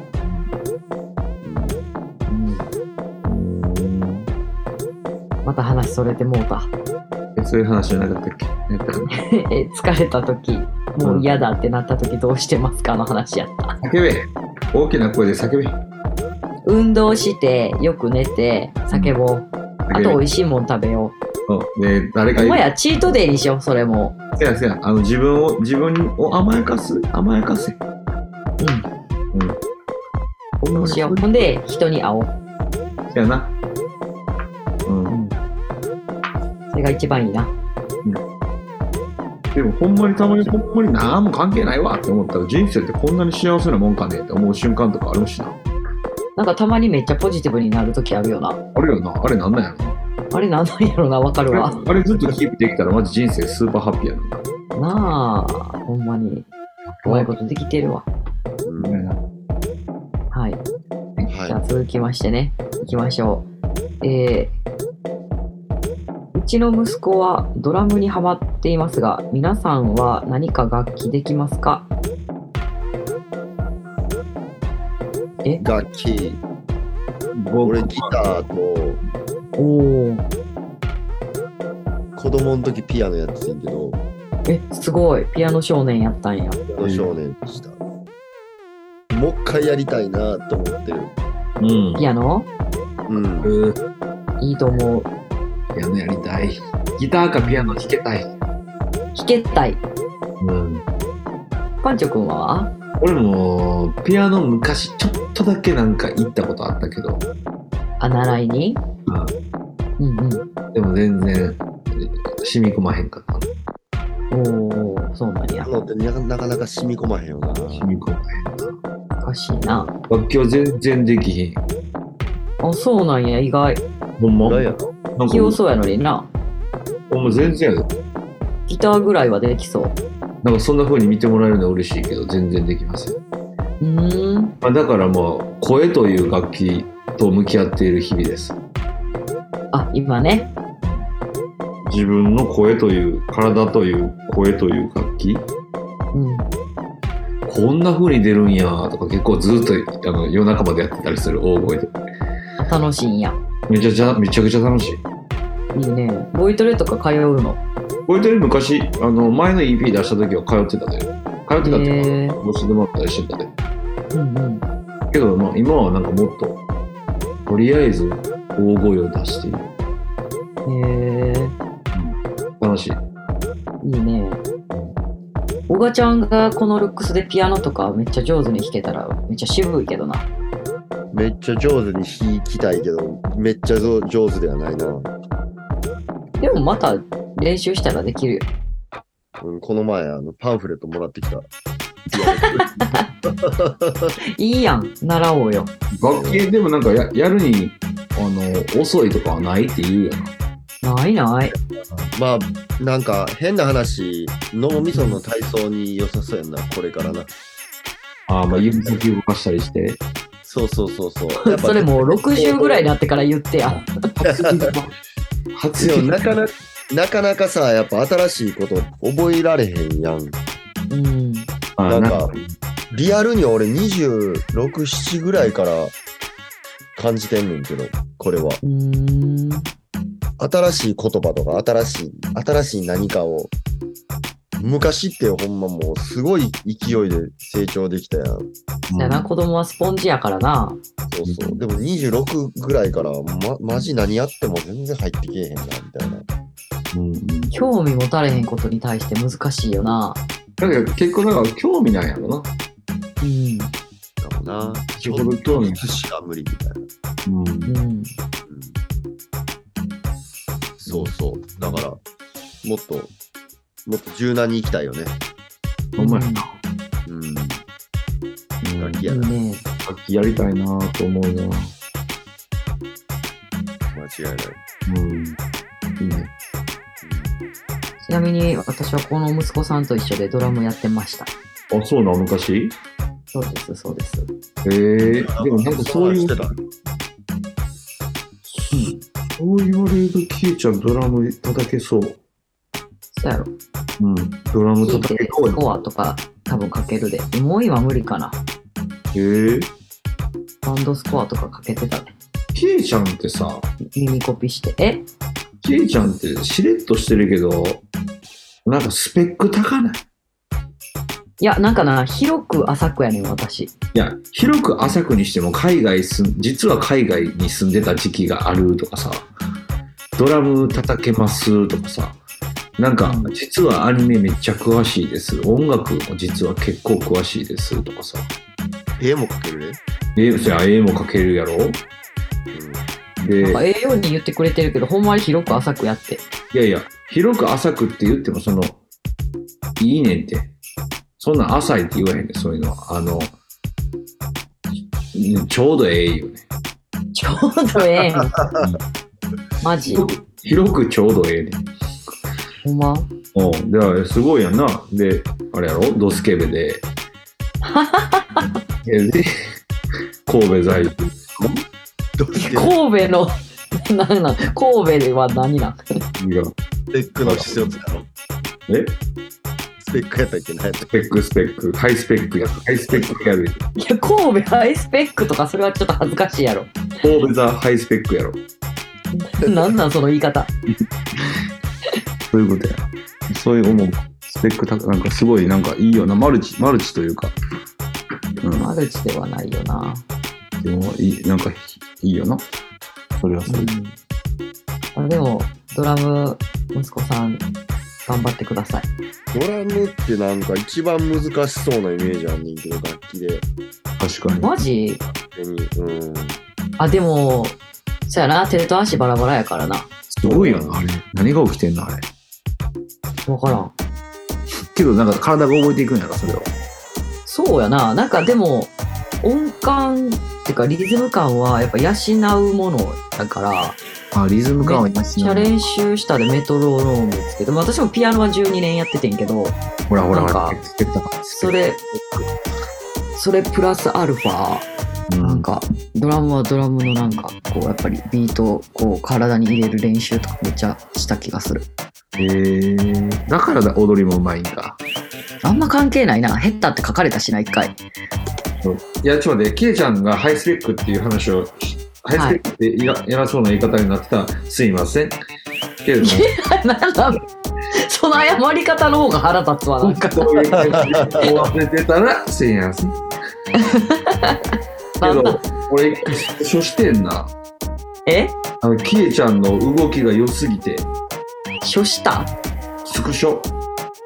S4: また話それてもうた <laughs>
S5: えそういう話じゃなかったっけなんか
S4: え疲れた時もう嫌だってなった時どうしてますかの話やった
S5: 叫べ大きな声で叫べ叫
S4: 運動してよく寝て叫ぼうあ
S5: べ
S4: と美味しいもん食べよ
S5: うんで誰
S4: う
S5: か
S4: お
S5: い
S4: 前やチートデイにしようそれも
S5: せやせやあの自分を自分を甘やかす甘やかせ
S4: うんそうしようほんで人に会おう
S5: せやなうん、
S4: それが一番いいな
S5: でもほんまにたまにほんまに何も関係ないわって思ったら人生ってこんなに幸せなもんかねって思う瞬間とかあるしな
S4: なんかたまにめっちゃポジティブになる時あるよな
S5: あれよなあれなんなんやろな
S4: あれなんなんやろなわかる
S5: あ
S4: わ
S5: れあれずっとキープできたらマジ人生スーパーハッピーやな
S4: なあほんまにうまいことできてるわ
S2: うん
S5: みたいな
S4: はいじゃ
S2: は
S4: あ続きましてね、いきましょう。えーうちの息子はドラムにハマっていますが、皆さんは何か楽器できますか
S2: い。楽器、
S5: 僕
S2: 俺ギターと
S4: おお、
S2: 子供の時ピアノやってたんやけど、
S4: え、すごい。ピアノ少年やったんや。
S2: ピアノ少年でした。もう一回やりたいなと思ってる。
S5: うん
S4: ピアノ
S2: うん。
S5: うん
S4: いいと思う。
S5: ピアノやりたいギターかピアノ弾けたい
S4: 弾けたい。
S5: うん
S4: パンチョくんは
S5: 俺もピアノ昔ちょっとだけなんか行ったことあったけど
S4: あ、習いにうんうん。
S5: でも全然染み込まへんかった
S4: おお、そうなんや
S2: ピア。ノってなかなかなか染み込まへんよな。
S5: 染み込まへんな
S4: おかしいな。
S5: 楽器は全然できへん
S4: あ、そうなんや。意外。
S5: ほんま
S2: な
S5: なんんか
S2: やろ
S4: 器用そうやのにな。
S5: ほんま全然やで
S4: ギターぐらいはできそう。
S5: なんかそんな風に見てもらえるのは嬉しいけど全然できません、
S4: うーん。
S5: まあ、だからまあ声という楽器と向き合っている日々です
S4: あ、今ね。
S5: 自分の声という体という声という楽器
S4: うん、
S5: こんな風に出るんやとか結構ずっとあの夜中までやってたりする大声で
S4: 楽しいんや。
S5: めちゃくちゃめちゃくちゃ楽しい
S4: いいね。ボイトレとか通うの。
S5: ボイトレ昔、あの、前の EP 出した時は通ってたで。通ってたって
S4: へえ
S5: か、教えてもらったりしてたで。
S4: うんうん。
S5: けど、まあ、今はなんかもっと、とりあえず、大声を出している。
S4: へえ
S5: 楽しい。
S4: いいね。小賀ちゃんがこのルックスでピアノとかめっちゃ上手に弾けたらめっちゃ渋いけどな。
S2: めっちゃ上手に弾きたいけど、めっちゃぞ上手ではないな。
S4: でもまた練習したらできるよ。
S2: うん、この前あのパンフレットもらってきた。
S4: いいやん。習おうよ。
S5: 楽器、でもなんかや、やるに、あの、遅いとかはないって言うやな。
S4: ないない。
S2: まあなんか変な話脳みその体操に良さそうやんなこれからな
S5: ああ、まあ、指先動かしたり
S2: <laughs>
S5: して。
S2: そうそうそうそう
S4: それもう60ぐらい
S2: い
S4: になってから言ってや。
S5: 初音が、初音
S2: なかなかなかなかさやっぱ新しいこと覚えられへんや
S4: う
S2: ん
S4: ん。
S5: あ
S2: な
S5: ー
S2: ん
S5: な
S2: か
S5: んか、
S2: リアルに俺267ぐらいから感じてんねんけどこれは
S4: うーん。
S2: 新しい言葉とか新しい新しい何かを昔ってほんまもうすごい勢いで成長できたやん
S4: じゃあな、子供はスポンジやからな。
S2: そうそう。でも26ぐらいから、ま、マジ何やっても全然入ってけえへんな、みたいな。
S5: うんうん
S4: 興味持たれへんことに対して難しいよな。
S5: なんか結構なんか興味なんやろな。
S4: うん。
S2: かもな。
S5: ちょっと興味
S2: 寿司が無理みたいな。うん
S5: うん
S4: うん。
S2: そうそう。だから、もっと、もっと柔軟に行きたいよね。
S5: ほんまやな。
S2: うん。
S5: うん
S2: 楽器
S4: い
S2: やな。
S4: いね。
S5: 楽器やりたいなと思うな。
S2: 間違いない。
S5: うん。いいね。
S4: ちなみに私はこの息子さんと一緒でドラムやってました。
S5: あ、そうな、昔
S4: そうです、そうです。
S5: へえ。でもなんかそういう
S2: して、た。
S5: そう言われると、キエちゃんドラム叩けそう。
S4: そうやろ。
S5: うん。ドラム
S4: 聞い
S5: 叩
S4: て
S5: け
S4: ス
S5: そうや
S4: コアとか多分かけるで。もう今無理かな。
S5: へえ。
S4: バンドスコアとかかけてた。
S5: キエちゃんってさ、
S4: 耳コピして。え
S5: キエちゃんってしれっとしてるけど、なんかスペック高ない
S4: いや、なんかな、広く浅くやねん、私。
S5: いや、広く浅くにしても海外すん、実は海外に住んでた時期があるとかさ、ドラム叩けますとかさ、なんか
S4: う、ん
S5: 実はアニメめっちゃ詳しいです。音楽も実は結構詳しいですとかさ、
S2: 絵も描けるね。
S5: え、そや、絵も描けるやろで
S4: なんか、ええように言ってくれてるけど、ほんまに広く浅くやって。
S5: いやいや、広く浅くって言っても、その、いいねんって。そんなん浅いって言わへんねん、そういうのは。あの、うんちょうどええよね。
S4: ちょうどええん。マジ。
S5: 広くちょうどええねん。
S4: ほんま
S5: うん、だからすごいやんな。で、あれやろ、ドスケベで。えで、神戸在住。
S2: どうして
S4: 神戸の、なんなん神戸では何なん
S5: いや
S2: スペックの必要使うの
S5: え
S2: スペックやったっけない
S5: スペック、スペック、ハイスペックやハイスペックやる。
S4: いや、神戸ハイスペックとか、それはちょっと恥ずかしい <laughs> やろ。
S5: 神戸ザハイスペックやろ。
S4: なんなん、その言い方。
S5: そういうことや。そういう思う。スペックたなんかすごいなんかいいよな。マルチ、マルチというか。う
S4: マルチではないよな。
S5: ん。でもいい、なんかいいよな。それはそれで。
S4: あでも、ドラム、息子さん、頑張ってください。
S2: ドラムってなんか一番難しそうなイメージあんねんけど、楽器で。
S5: 確かに。
S4: マジ
S2: 手にうん。
S4: あ、でも、そやな、手と足バラバラやからな。
S5: すごいよな、あれ。何が起きてんの、あれ。
S4: わからん。
S5: けどなんか体が覚えていくんやろ、それを。
S4: そうやな。なんかでも、音感っていうかリズム感はやっぱ養うものだから、
S5: あ、リズム感は
S4: めっちゃ練習したでメトロノームつけて、まあ私もピアノは12年やっててんけど、
S5: ほらほらほら
S4: なん、
S5: スペック高い
S4: そ、れ、それプラスアルファ、
S5: う
S4: なん、か、ドラムはドラムのなんか、こう、やっぱりビートをこう、体に入れる練習とかめっちゃした気がする。
S5: へえだからだ踊りもうまいんか。
S4: あんま関係ないな。ヘッダーって書かれたしな、一回。
S5: いや、ちょっと待って、キエちゃんがハイスペックっていう話を、ハイスペックっていら偉そうな言い方になってたらすいませ <laughs> ん。けれども、
S4: なんだその謝り方の方が腹立つわ、なんか。
S5: そういう感じで忘れてたらすいま <laughs> せん。け
S4: なん
S5: ど
S4: だ、
S5: 俺、所してんな。
S4: え
S5: あの、キエちゃんの動きが良すぎて、
S4: 書した
S5: スクショ。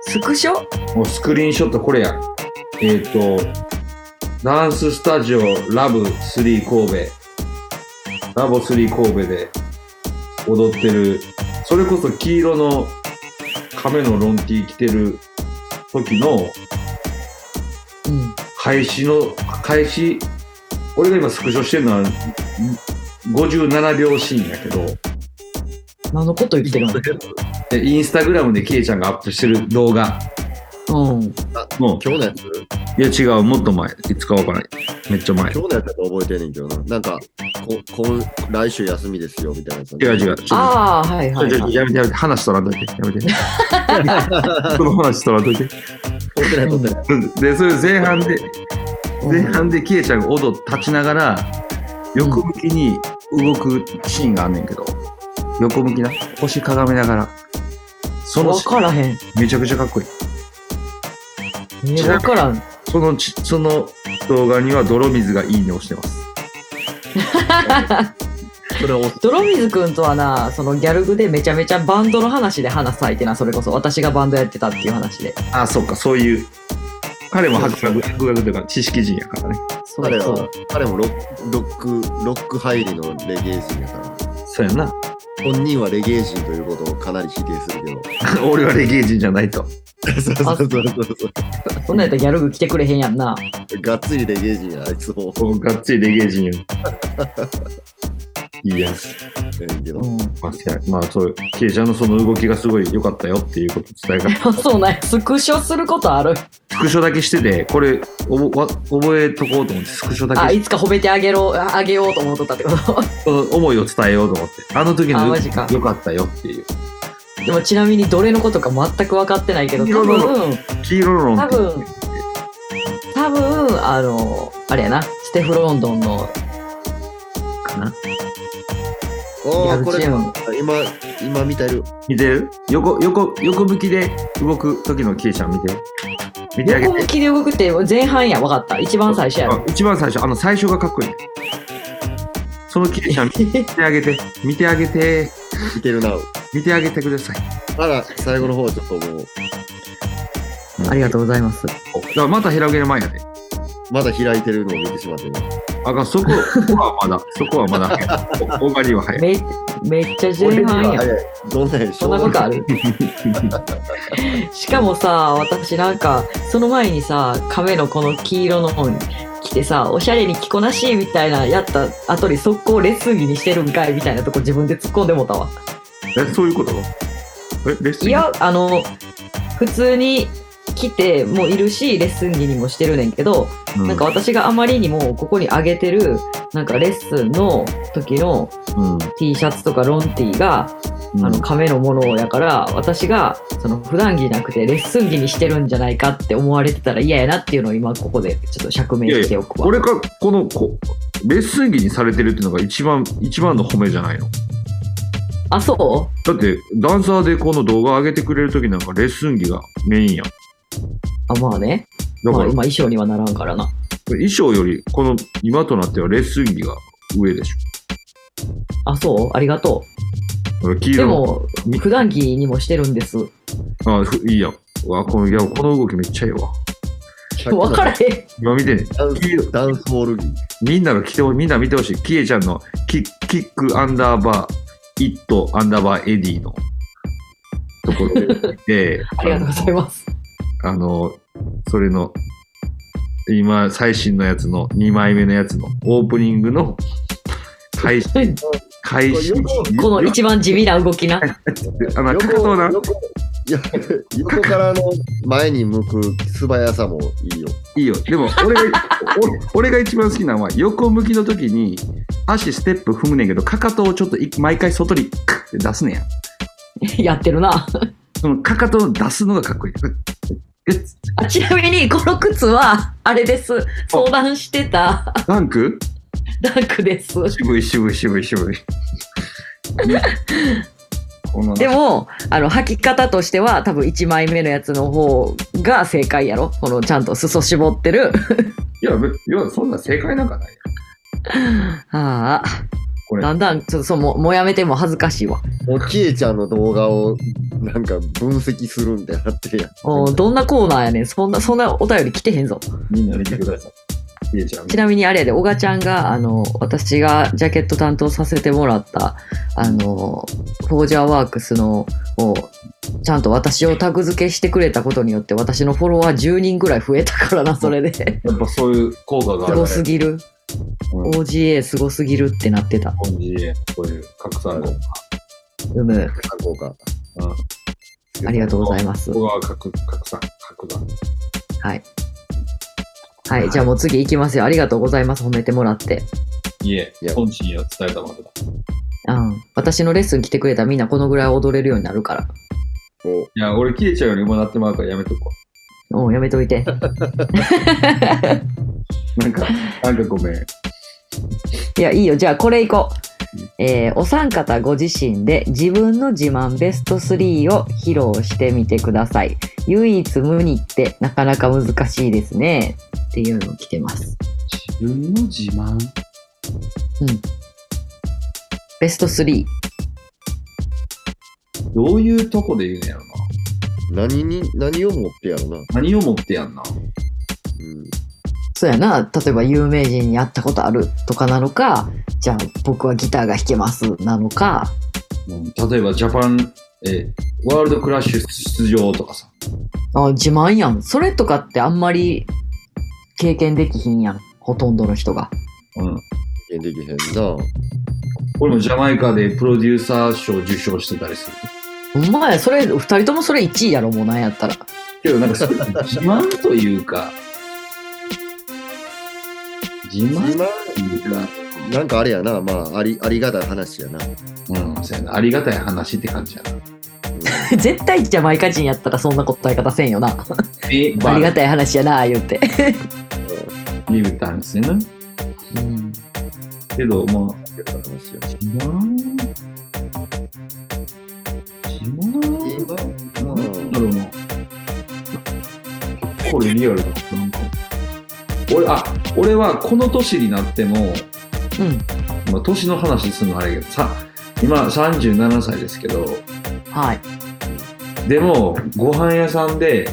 S4: スクショ
S5: もうスクリーンショットこれや。えっ、と、ダンススタジオラブ3神戸。ラボ3神戸で踊ってる。それこそ黄色の亀のロンティー着てる時の
S4: うん。
S5: 開始の、開始、俺が今スクショしてるのはん57秒シーンやけど、
S4: 何のこと言ってる
S5: でインスタグラムでキエちゃんがアップしてる動画
S4: のうん。
S5: の、
S2: 今日のやつ
S5: いや違う、もっと前、いつかわからない。めっちゃ前。
S2: 今日のやつだと覚えてんねんけどな。なんか、こ今来週休みですよみたいなやつ。
S5: 違う違う。
S4: ああ、はいはい、
S5: ちょちょ
S4: はい。
S5: やめてやめて、話取らんといて、やめて。この話取らんといて。
S2: 撮ってない撮ってない。
S5: で、それ前半で、
S4: うん
S5: 前半でキエちゃんが踊っ立ちながら、横向きに動くシーンがあんねんけど、横向きな、腰かがめながら、その
S4: わ
S5: シ
S4: か
S5: ー
S4: らへん。
S5: ン、めちゃくちゃかっこいい。
S4: え、わからん。
S5: そのち、その動画には泥水がいいねをし
S4: <laughs>
S5: てます。
S2: それはおっ
S4: 泥水くんとはな、そのギャルグでめちゃめちゃバンドの話で話咲いてな、それこそ。私がバンドやってたっていう話で。
S5: あ、そうか、そういう。彼も博学、博学というか知識人やからね。
S4: そ
S2: 彼
S4: うそう
S2: は。、彼もロッロック、ロック入りのレゲエ人やから。
S5: そうやんな。
S2: 本人はレゲエ人ということをかなり否定するけ
S5: <laughs>
S2: ど。
S5: 俺はレゲエ人じゃないと。
S2: そう <laughs> そうそうそう。
S4: そんなんやったらギャルグ来てくれへんやんな。
S2: がっつりレゲエ人や、あいつも。
S5: もうがっつりレゲエ人よ。いいやつ。
S2: ええけど、
S5: まあ、せやまあ、そういう、ケイちゃんのその動きがすごい良かったよっていうこと伝え
S4: <laughs>
S5: が、
S4: そうなんやスクショすることある
S5: スクショだけしてて、これ、おぼわ覚えとこうと思って、スクショだけ
S4: あ
S5: して
S4: いつか褒めてあげろああげようと思っとったってこと <laughs>
S5: その思いを伝えようと思って、あの時
S4: あ
S5: の
S4: マジか
S5: 良かったよっていう。
S4: でもちなみにどれのことか全く分かってないけど多
S5: いろ
S4: 分
S5: 黄色の
S4: 多
S5: 論
S4: 分多分あのあれやなステフ・ロンドンの
S5: かな
S2: ああ、
S4: リ
S2: こ
S4: アル
S2: れ
S4: チー、ム
S2: 今、今見てる。
S5: 見てる横、横、横向きで動く時のケイちゃん見て。見てあげ
S4: 横向
S5: て。
S4: きで動くって前半や分かった一番最初やろ
S5: あ一番最初、あの最初がかっこいい。そのケイ
S4: <laughs>
S5: ちゃん見てあげて、見てあげて、
S2: 見てるな。
S5: 見てあげてください。
S2: あら、最後の方、ちょっともう、
S4: ありがとうございます
S5: だからまた平げる前やで。
S2: まだ開いてるのを見てしまってね。
S5: あかんそこ、そこは
S4: <laughs>
S5: まだ、そこはまだ。おおがりは早い。
S4: めめっちゃ前
S2: 俺
S4: 半
S2: には
S4: や
S2: 早いどんなや
S4: そんなことあ <laughs> るしかもさ私なんかその前にさ亀のこの黄色の方に来てさおしゃれに着こなしいみたいなやった後に速攻レッスン着にしてるんかいみたいなとこ自分で突っ込んでもたわ
S5: え、そういうことえ、レッスン
S4: いやあの普通に来てもいるしレッスン着にもしてるねんけど、
S5: う
S4: なんか私があまりにもここに上げてるなんかレッスンの時の
S5: うん。
S4: T シャツとかロンティーがあの亀のものやから私がその普段着じゃなくてレッスン着にしてるんじゃないかって思われてたら嫌やなっていうのを今ここでちょっと釈明しておくわ
S5: 俺がこのこレッスン着にされてるっていうのが一番一番の褒めじゃないの
S4: あそ
S5: だってダンサーでこの動画上げてくれる時なんかレッスン着がメインやんだ
S4: うあまあね、まあ、
S5: から
S4: 今衣装にはならんからな
S5: 衣装よりこの今となってはレッスン着が上でし
S4: あそうありがと
S5: ょ黄
S4: うで
S5: 色
S4: も普段着にもしてるんです
S5: あふいいやんうわこのいやこの動きめっちゃええわ
S4: 分からへん
S5: 今見てね
S2: ダンスダンスホール着。
S5: みんなが来てほみんな見てほしいキエちゃんのキキックアンダーバーイットアンダーバーエディのところでで
S4: ありがとうございます
S5: あの、それの、今、最新のやつの、2枚目のやつの、オープニングの、開始、
S4: <laughs>
S5: 開始。
S4: この一番地味な動きな
S5: あの、かかとな、い
S2: 横いや横からの前に向く素早さもいいよ。
S5: いよ。
S4: <laughs>
S5: でも、俺が、俺俺が一番好きなのは、横向きの時に、足ステップ踏むねんけど、かかとをちょっとい、毎回外に、クッて出すねんや。
S4: <laughs> やってるな
S5: その、かかとを出すのがかっこいい。え、
S4: あちなみにこの靴はあれです相談してた
S5: ダンク
S4: ダンクです
S5: 渋い渋い渋い渋い。 <laughs> この
S4: でもあの履き方としては多分1枚目のやつの方が正解やろこのちゃんと裾絞ってる <laughs>
S5: いや、べいや、そんな正解なんかないよ。
S4: ああ
S5: これ
S4: だんだんちょっとそうももうやめても恥ずかしいわ
S2: もう、キエちゃんの動画をなんか分析するみたいになってるやん。
S4: おーどんなコーナーやねんそんなそんなお便り来てへんぞ
S5: みんな見てください。いえちゃん。
S4: ちなみにあれやで小賀ちゃんがあの私がジャケット担当させてもらったあのフォージャーワークスのをちゃんと私をタグ付けしてくれたことによって私のフォロワー10人ぐらい増えたからなそれで
S5: やっぱそういう効果があ
S4: す
S5: る、ね。
S4: ごすぎる
S5: うん
S4: OGA すごすぎるってなってた
S5: ポンジへこういう拡散効
S4: うむ
S2: こうか。
S5: 果。うん
S4: ありがとうございます
S5: ここは拡拡散、拡散。
S4: はい。はい、じゃあもう次行きますよ。ありがとうございます。褒めてもらって。
S5: いえ
S2: いや、
S5: 本心を伝えたまでだ。
S4: うん。私のレッスン来てくれたらみんなこのぐらい踊れるようになるから。
S2: こ
S5: いや、俺、キエちゃんよりもなってもらうからやめとこ
S4: もうやめといて。
S5: う。なん
S4: <laughs>
S5: か、なんかごめん。
S4: いや、いいよ。じゃあこれ行こう。えーお三方ご自身で自分の自慢ベスト3を披露してみてください。唯一無二ってなかなか難しいですね。っていうのを来てます。
S5: 自分の自慢
S4: ベスト3。
S5: どういうとこで言うねやろな。
S2: う何に、何を持ってやろな。
S5: 何を持ってやんな。
S2: うん
S4: そうやな。例えば有名人に会ったことあるとかなのか、じゃあ僕はギターが弾けますなのか、
S5: うん例えば、ジャパン、えワールドクラッシュ出場とかさ。
S4: あ自慢やんそれとかってあんまり経験できひんやんほとんどの人が
S5: うん。
S2: 経験できへんな。
S5: 俺もジャマイカでプロデューサー賞受賞してたりする。
S4: ほんまや、それ、二人ともそれ1位やろ、もうなんやったら。 <laughs>
S5: けどなんかそれ自慢というか、自慢
S2: 今
S5: というか、
S2: なんかあれやな、まあ、ありありがたい話やな。
S5: うん、そうやなありがたい話って感じやな。
S4: 絶対ジャマイカ人やったらそんな答え方せんよな。
S5: え、
S4: ありが
S5: い。
S4: たい話やな、言うて。
S5: 言うたんですよね。
S4: うん。
S5: けど、もう、
S2: 話や
S5: 自慢自慢なんだろ
S2: 今
S5: うな。これリアルだな。なんか俺、あ、俺はこの年になっても、
S4: うん。
S5: まあ、年の話するのあれやけど、さ、今37歳ですけど、
S4: はい。
S5: でも、ご飯屋さんで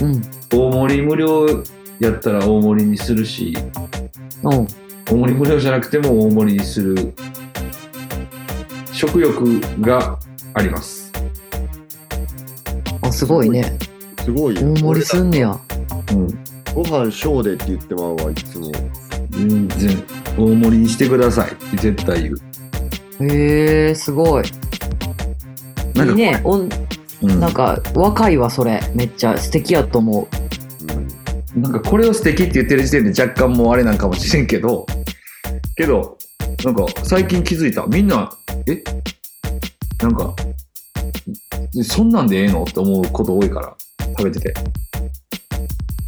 S4: うん。
S5: 大盛り無料やったら大盛りにするし、
S4: うん。
S5: 大盛り無料じゃなくても大盛りにする食欲があります。
S4: あ、すごいね。
S2: すごい
S4: 大
S2: よ。
S4: 盛りすんねや。
S5: うん。
S2: ご飯小でって言ってまうわ、いつも。
S5: 全然大盛りにしてくださいって絶対言う。
S4: へえ、すごい。
S5: なん
S4: い
S5: か
S4: いね。おん
S5: うん
S4: なんか、若いわ、それ。めっちゃ素敵やと思う。
S2: うん
S5: なんかこれを素敵って言ってる時点で若干もうあれなんかもしれんけど、けど、なんか最近気づいた。みんな、えなんか、そんなんでええのって思うこと多いから、食べてて。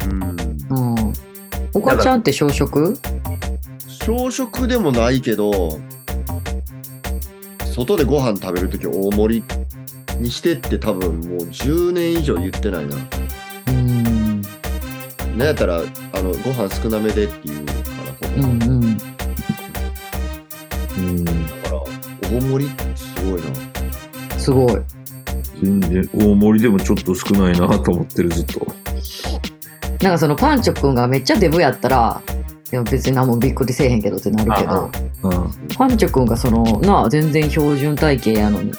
S2: うん
S4: うん。おかちゃんって小食
S2: 小食でもないけど、外でご飯食べるとき大盛りにしてって多分もう10年以上言ってないな。
S4: うん。
S2: なんやったら、あの、ご飯少なめでっていうから、ほぼ
S4: うんうん。
S5: うん。
S2: だから、大盛りってすごいな。
S4: すごい。
S5: 全然、大盛りでもちょっと少ないなと思ってる、ずっと。
S4: なんかそのパンチョくんがめっちゃデブやったら、いや別に何もびっくりせえへんけどってなるけど、
S5: うん。
S4: パンチョくんがその、なあ、全然標準体型やのに、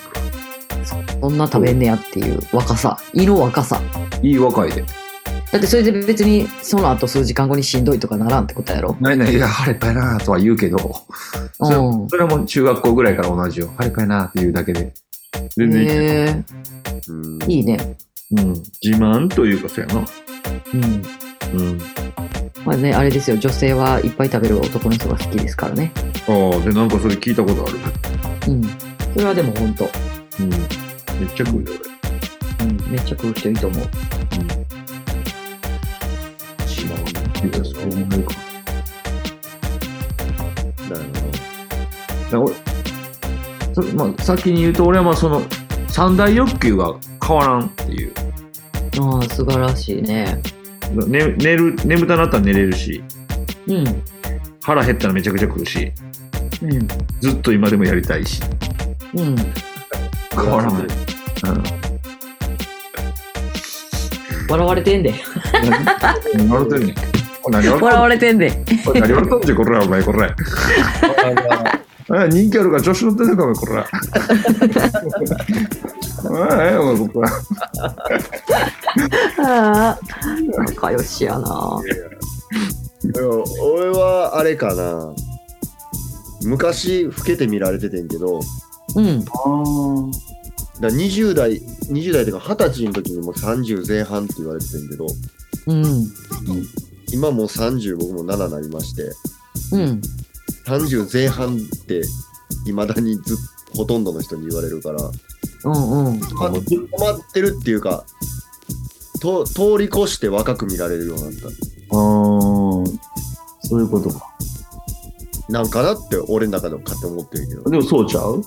S4: そんな食べんねやっていう若さ、胃の若さ。
S5: いい若いで。
S4: だってそれで別にその後数時間後にしんどいとかならんってことやろ。
S5: ないない、いや、晴れたいなとは言うけど。
S4: う
S5: れ
S4: ん。
S5: それはもう中学校ぐらいから同じよ。晴れかいなっていうだけで。全然いいけど
S4: へえ
S2: うん。
S4: いいね。
S5: うん。自慢というか、そうやな。
S4: うん。
S5: うん。
S4: まあね、あれですよ、女性はいっぱい食べる男の人が好きですからね。
S5: ああ、で、なんかそれ聞いたことあ
S4: う
S5: る。
S4: ん。それはでも本当、
S5: うん。めっちゃ食うよ、
S4: うん、めっちゃ食う人いいと思う。
S2: 自慢
S5: 俺。そう思うか。
S2: だ
S5: だか
S2: よ
S5: ら俺それまあ、先に言うと、俺はまあその、三大欲求が変わらんっていう。
S4: ああ、素晴らしいね。
S5: ね、寝る、眠たなったら寝れるし、
S4: うん。
S5: 腹減ったらめちゃくちゃ食うし、
S4: うん。
S5: ずっと今でもやりたいし。
S4: うん。
S5: 変わらない。うん。
S4: 笑われてんで。
S5: 何笑ってんねん。これ何笑ってん
S4: <laughs> 笑
S5: ねん
S4: われてんで。 <laughs>
S5: これ何笑ってんじゃん、これ、お前、これ。 <laughs> え人気あるから調子乗ってんのかお前こら。ええお前これ。
S4: ああ。仲良しやな。
S2: な。
S4: <laughs>
S2: でも俺はあれかな。昔、老けて見られててんけど、
S4: うん。
S2: だから20代、20代というか20歳の時にもう30前半って言われててんけど、
S4: うん。
S2: 今もう30、僕も7になりまして、
S4: うん。
S2: 30前半っていまだにずっほとんどの人に言われるから
S4: うんうん。
S2: 止ま止まってるっていうかと通り越して若く見られるようになっ
S5: そういうことか。
S2: たなんかなって俺の中でも勝手に思ってるけど、
S5: でもそうちゃう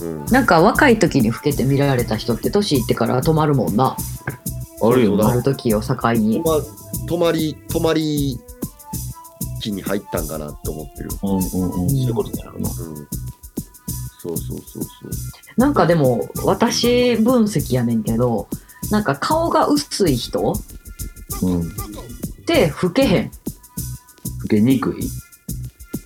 S2: うん、
S4: なんか若い時に老けて見られた人って年いってから止まるもんな。
S5: あるよ
S4: ある
S5: な。
S4: 時を境
S2: 止
S4: に。
S2: ま止まり止まり期に入ったんかなって思ってる、
S5: うんうんうん。そういうことだよな。
S2: うん、そうそうそうそ
S4: なんかでも、私分析やねんけど、なんか顔が薄い人っ
S5: うん。
S4: て老けへん。
S5: 受けにくい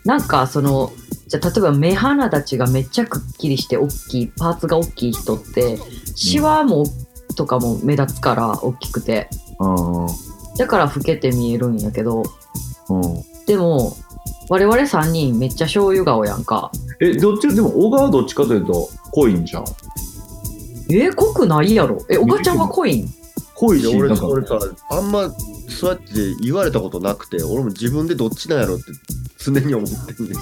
S4: なんかそのじゃあ例えば目鼻立ちがめっちゃくっきりして大きいパーツが大きい人ってシワも、とかも目立つから大きくて
S5: うん
S4: だから老けて見えるんやけど
S5: うん。
S4: でも我々3人めっちゃ醤油顔やんか
S6: え、どっち、でも、小川はどっちかというと、濃いんじゃん。
S4: えー、濃くないやろ。え、おかちゃんは濃いん
S6: 濃い
S2: いや
S6: し、
S2: 俺
S6: なんか、
S2: 俺さあんまそうやって言われたことなくて俺も自分でどっちなんやろって常に思ってんねん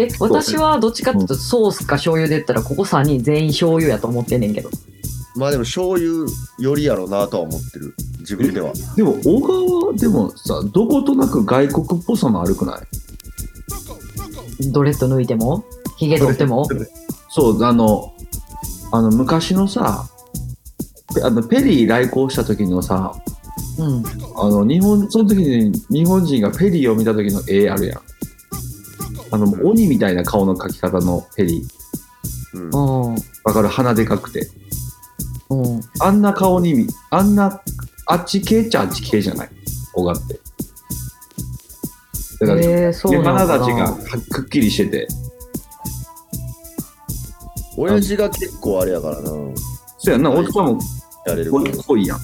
S4: え、私はどっちかっていうと、ソースか醤油で言ったら、ここ3人全員醤油やと思ってんねんけど。
S2: まあでも醤油よりやろうなとは思ってる自分では
S6: でも、小川は、でもさ、どことなく外国っぽさも悪くない
S4: ドレッド抜いても、ヒゲ取っても。
S6: そう、あの、あの、昔のさ、ペあのペリー来航した時のさ、
S4: うん。
S6: あの、日本、その時に日本人がペリーを見た時の絵あるやん。あの、鬼みたいな顔の描き方のペリー。
S2: うん
S4: うん。
S6: わかる鼻でかくて。
S4: うん。
S6: あんな顔に、あんな、あっち系っちゃあっち系じゃない。小川って。だから、
S4: えー、そう
S6: で
S4: な
S6: 花
S4: んだ
S6: たちがはくっきりしてて。
S2: 親父が結構あれやからな
S6: そうやんな、
S2: はい
S6: 男も
S2: やれるから
S6: 濃いやん。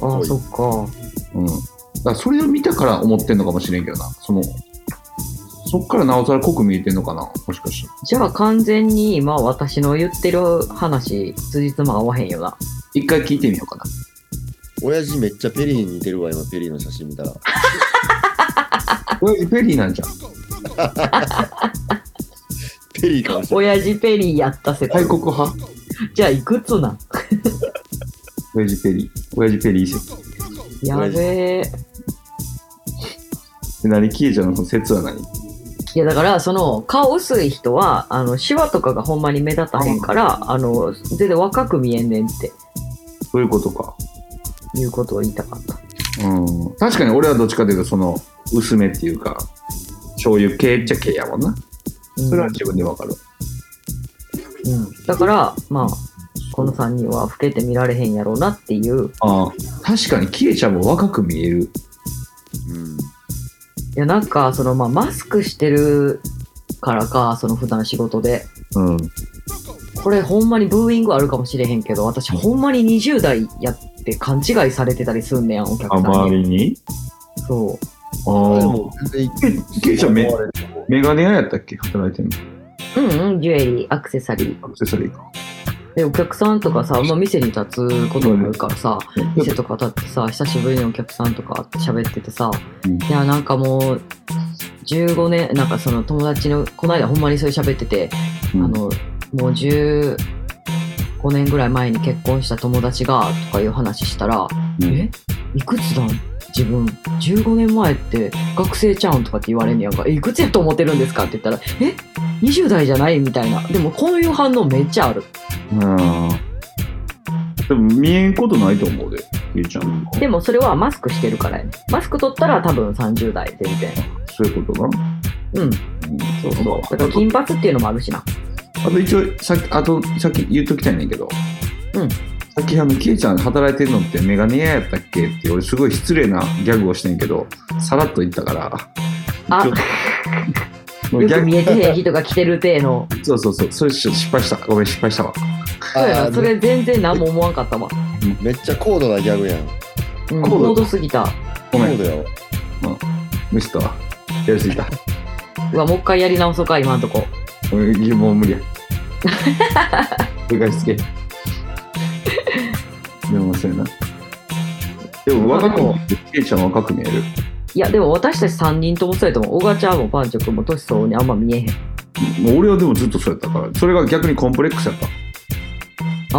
S4: ああ、そっか。
S6: うん。だからそれを見たから思ってんのかもしれんけどな。その、そっからなおさら濃く見えてんのかな、もしかして。
S4: じゃあ完全に今私の言ってる話、辻褄合わへんよな。
S6: 一回聞いてみようかな。 <laughs>
S2: 親父めっちゃペリーに似てるわ今ペリーの写真見たら
S6: これペリーなんじゃん。
S2: ペリーかもしれない
S4: 親父ペリーやった世
S6: 大
S4: 界。
S6: 国派
S4: じゃあいくつなん
S6: 親父ペリー。親父ペリー説。
S4: やべえ。
S6: で何消えちゃうのその説は何
S4: いやだからその顔薄い人はあのシワとかがほんまに目立たへんからあの全然若く見えんねんって
S6: そういうことか。
S4: いうことを言いたかった
S6: うん。確かに俺はどっちかというと、その、薄めっていうか、醤油系っちゃ系やもんな。
S4: うん
S6: それは自分でわかる。
S4: うんだからまあこの3人は老けて見られへんやろうなっていうい
S6: ああ。確かに消えちゃうも若く見える。
S2: うん
S4: やなんかそのまあマスクしてるからかその普段仕事で
S6: うん。
S4: これほんまにブーイングあるかもしれへんけど私ほんまに20代やって勘違いされてたりすんねやんお客
S6: あ、
S4: さん
S6: 周
S4: に
S6: りに
S4: そう
S6: あ
S2: で
S6: あ。
S2: も全然い
S6: ケイちゃんメメガネ屋やったっけ働いてんの
S4: うんうんジュエリーアクセサリー
S6: アクセサリーか。
S4: でお客さんとかさ、まあ、店に立つこともあるからさ店とか立ってさ久しぶりにお客さんとか喋っててさ、
S6: うん
S4: いやなんかもう15年なんかその友達のこの間ほんまにそれ喋ってて、
S6: うん
S4: あのもう15年ぐらい前に結婚した友達がとかいう話したら「
S6: うん
S4: えいくつだん自分15年前って学生ちゃうん?」とかって言われんねやんか「えいくつやと思ってるんですか?」って言ったら「え20代じゃない?」みたいなでもこういう反応めっちゃある。
S6: うん。でも見えんことないと思うで、ケイちゃん。
S4: でもそれはマスクしてるからやね。マスク取ったら多分30代全然。
S6: そういうことな。
S4: うん。
S6: うん
S4: そうそう。だから金髪っていうのもあるしな。
S6: あと一応さっきあとさっき言っときたいねんだけど、
S4: うん
S6: さっきあのキエちゃん働いてるのってメガネ屋やったっけって俺すごい失礼なギャグをしてんけどさらっと言ったから
S4: あ
S6: ちょっともう
S4: よ
S6: ギ
S4: く
S6: ャグ
S4: 見えてへん人が着てる体
S6: <laughs>
S4: の。
S6: そうそうそうそれ失敗したごめん失敗したわ
S4: そうや
S2: あ
S4: な。それ全然何も思わんかったわ。
S2: めっちゃ高度なギャグやん
S4: うん。
S6: こう
S4: 高度すぎた。
S6: ご
S2: 高
S6: めん
S2: 度やわ
S6: ミスったわやりすぎた
S4: うわ、もう一回やり直そうか、今んとこ。
S6: うんもう無理 <laughs> や繰り返しつけでもそうやなでも若く見えるキエちゃん若く見える
S4: いや、でも私たち3人ともそうやと思う。小川ちゃんもパンチョ君もトシソウにあんま見えへん。
S6: もう俺はでもずっとそうやったからそれが逆にコンプレックスやった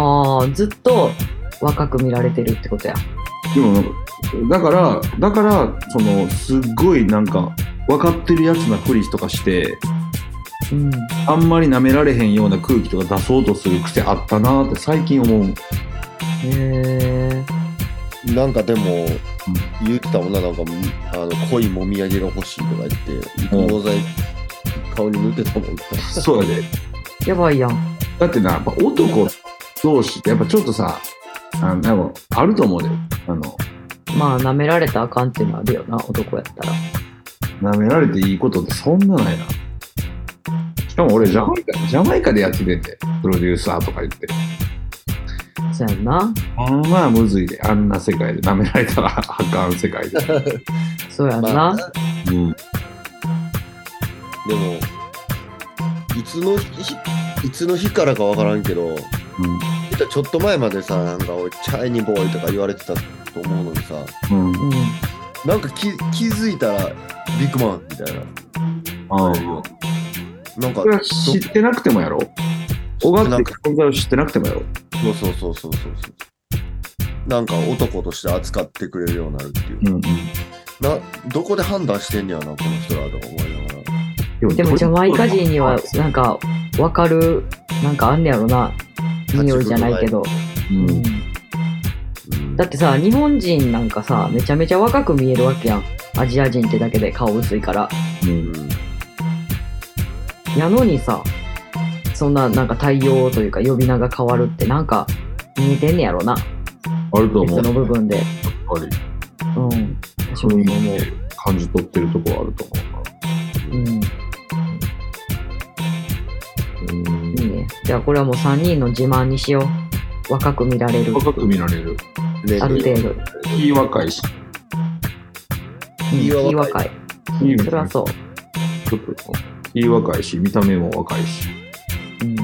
S4: あー、ずっと若く見られてるってことや。
S6: でもなんかだからだからそのすっごいなんか分かってるやつなふりとかして
S4: うん。
S6: あんまり舐められへんような空気とか出そうとする癖あったなーって最近思う
S4: へ
S2: なんかでも言ってたもんななんかあの濃いもみあげが欲しいとか言って
S6: うん
S2: 錠剤顔に塗ってたもんな
S6: そうやで
S4: ー。やばいやん。
S6: だってなやっぱ男同士ってやっぱちょっとさあのなんかあると思うであの
S4: まあ、舐められたらあかんっていうのあるよな、男やったら。
S6: 舐められていいことってそんなないなしかも俺ジャマイカジャマイカでやっててんでプロデューサーとか言って
S4: そうやんな。
S6: あんまあむずいであんな世界で舐められたら <laughs> あかん世界で
S4: そうやんな。
S6: うん
S2: でもいつの日、いつの日からかわからんけど、ちょっと前までさ、なんか俺、チャイニーボーイとか言われてたと思うのにさ、
S6: うんうん
S4: うん
S2: なんか気気づいたら、ビッグマンみたいな。
S6: ああ
S2: なんか
S6: それ、は知ってなくてもやろ小川って存在を知ってなくてもやろ
S2: そうそうそうそうそうそう。なんか男として扱ってくれるようになるっていう。
S6: うんうん
S2: などこで判断してんねやな、この人らとか思いながら。
S4: でもジャマイカ人にはなんか分かるなんかあんねやろな匂いじゃないけど、
S6: うん
S4: うん
S2: うん
S4: だってさ日本人なんかさめちゃめちゃ若く見えるわけやんアジア人ってだけで顔薄いから
S6: うん
S4: やのにさそんななんか対応というか呼び名が変わるってなんか見えてんねやろな
S6: あると思
S4: 別
S6: う
S4: の部分で
S6: やっぱり
S4: うん私
S6: そう
S4: も
S6: いう
S4: そう思
S6: のも感じ取ってるとこはあると
S4: う
S6: 思
S4: うん
S6: うなうん
S4: いいねじゃあこれはもう3人の自慢にしよう若く見られる
S6: 若く見られる
S2: レ
S4: ある程度
S6: 気若いし
S2: 気は若い
S4: うん気若い
S6: 気
S4: それはそう
S6: ちょっと気若いし見た目も若いし
S4: うん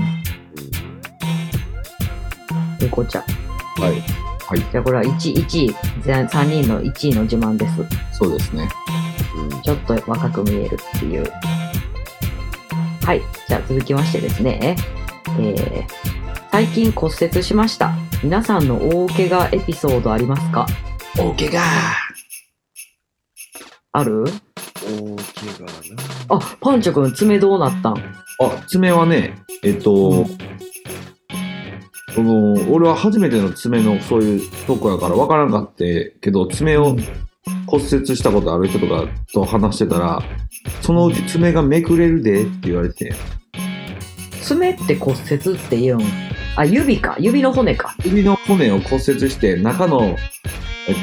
S4: ゆこちゃん。
S2: はい。
S6: はい
S4: じゃあこれは1、1位、3人の1位の自慢です。
S6: そうですね
S4: ちょっと若く見えるっていう。はい。じゃあ続きましてですね。えー最近骨折しました。皆さんの大怪我エピソードありますか
S6: 大怪我
S4: ある
S2: うん、大怪
S4: あ、
S2: 我な。
S4: パンチョくん爪どうなったん
S6: あ爪はねえっとその俺は初めての爪のそういうとこやから分からんかってけど爪を骨折したことある人とかと話してたらそのうち爪がめくれるでって言われて
S4: 爪って骨折って言うん。あ、指か。指の骨か。
S6: 首の骨を骨折して中のえっ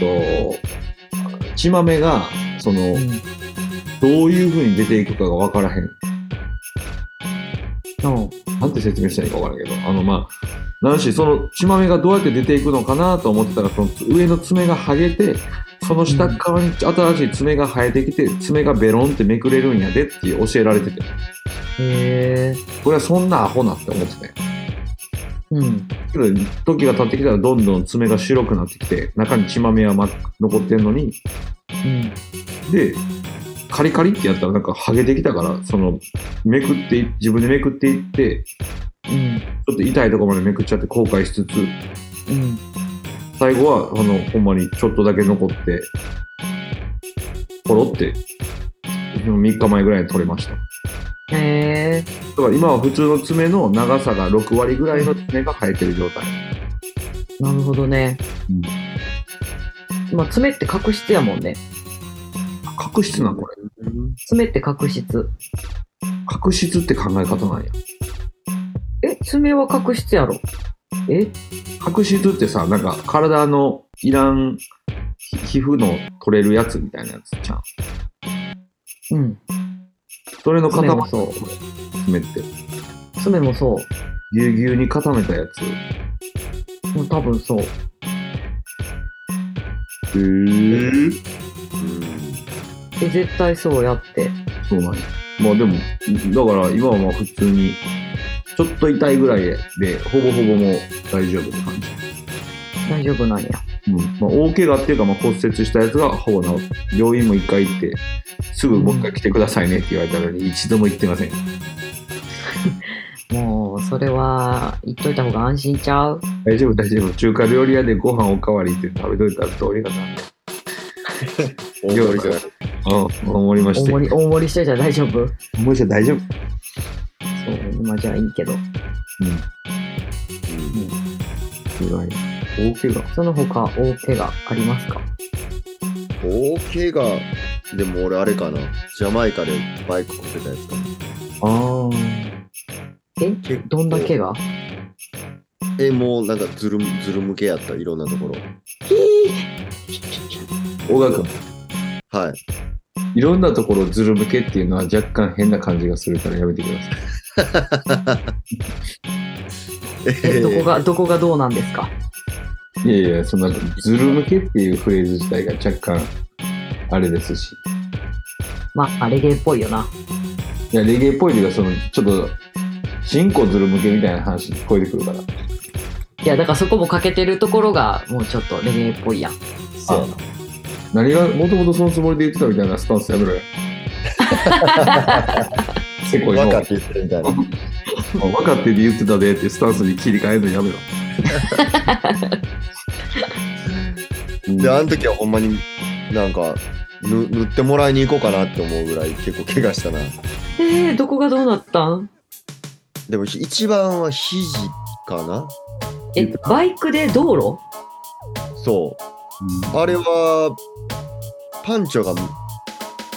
S6: と血豆がその
S4: うん。
S6: どういう風に出ていくかが分からへん
S4: うん
S6: なんて説明したらいいか分からんけど、あのまあ、なんし、その血豆がどうやって出ていくのかなと思ってたら、その上の爪が剥げて、その下側に新しい爪が生えてきて、爪がベロンってめくれるんやでっていう教えられてて、
S4: へえ。
S6: これはそんなアホなって思ってて。
S4: うん。
S6: けど、時が経ってきたらどんどん爪が白くなってきて、中に血豆は、ま、残ってんのに、
S4: うん。
S6: で、カリカリってやったらなんか剥げてきたから、その、めくってい、自分でめくっていって、
S4: うん。
S6: ちょっと痛いところまでめくっちゃって後悔しつつ、
S4: うん。
S6: 最後はあのほんまにちょっとだけ残ってポロって3日前ぐらいに取れましただ
S4: へえ。
S6: から今は普通の爪の長さが6割ぐらいの爪が生えてる状態
S4: なるほどね。まあ、爪って角質やもんね。
S6: 角質なんこれ
S2: うん
S4: 爪って角質。
S6: 角質って考え方なんや
S4: え、爪は角質やろ。え
S6: 角質ってさなんか体のいらん皮皮膚の取れるやつみたいなやつじゃん
S4: うん。
S6: それの固
S4: 爪も
S6: ま
S4: そ
S6: 爪って
S4: う。爪もそ
S6: ぎゅうぎゅうに固めたやつ
S4: う。もう多分そう。
S6: へえ
S4: え、絶対そうやって。
S6: そうなんや。まあでも、だから今はまあ普通に、ちょっと痛いぐらいで、ほぼほぼもう大丈夫って感じ。
S4: 大丈夫なんや。
S6: うん。まあ大怪我っていうか、まあ骨折したやつがほぼ治って、病院も一回行って、すぐもう一回来てくださいねって言われたのに、一度も行ってません。
S4: もう、それは、言っといた方が安心ちゃう
S6: 大丈夫大丈夫。中華料理屋でご飯おかわりって食べといたらどうにかなる。
S2: 大
S6: 料
S2: 盛
S6: 理
S2: りじ
S6: じ
S2: ゃ
S6: ゃ
S2: な
S6: ない
S2: い。
S6: うん、思いまし
S4: 大
S6: て。
S4: 盛り、大盛りしといたら大丈夫そ
S6: もし大丈夫。
S4: う、まあじゃあいいけど。
S6: うん。ぐらい。大怪我。
S4: その他、大怪我ありますか
S2: 大怪我、でも俺あれかな。ジャマイカでバイクこけたやつかな。
S6: あ
S4: え
S2: 結構
S4: どんな怪我
S2: え、もうなんかずるむ、ずる向けやった、いろんなところ。
S6: あ。小川君。
S2: はい。
S6: いろんなところずる向けっていうのは若干変な感じがするからやめてください。
S4: え、どこが、どこがどうなんですか
S6: いやいや、そのずる向けっていうフレーズ自体が若干あれですし。
S4: まあ、レゲエっぽいよな。
S6: いや、レゲエっぽいというか、そのちょっとチンコずる向けみたいな話に聞こえてくるから。
S4: いやだからそこも欠けてるところがもうちょっとレゲエっぽいやん
S2: そうやな。
S6: 何が、もともとそのつもりで言ってたみたいなスタンスやめろよ。せこいの。
S2: 分か
S6: 分
S2: って言ってるみたいな。
S6: かってて言ってたでっていうスタンスに切り替えるのやめろ。
S2: で、あの時はほんまになんか、ぬ塗ってもらいに行こうかなって思うぐらい結構怪我したな。
S4: えー、どこがどうなったん
S2: でも一番は肘かな
S4: えバイクで道路
S2: そう。あれは、パンチョが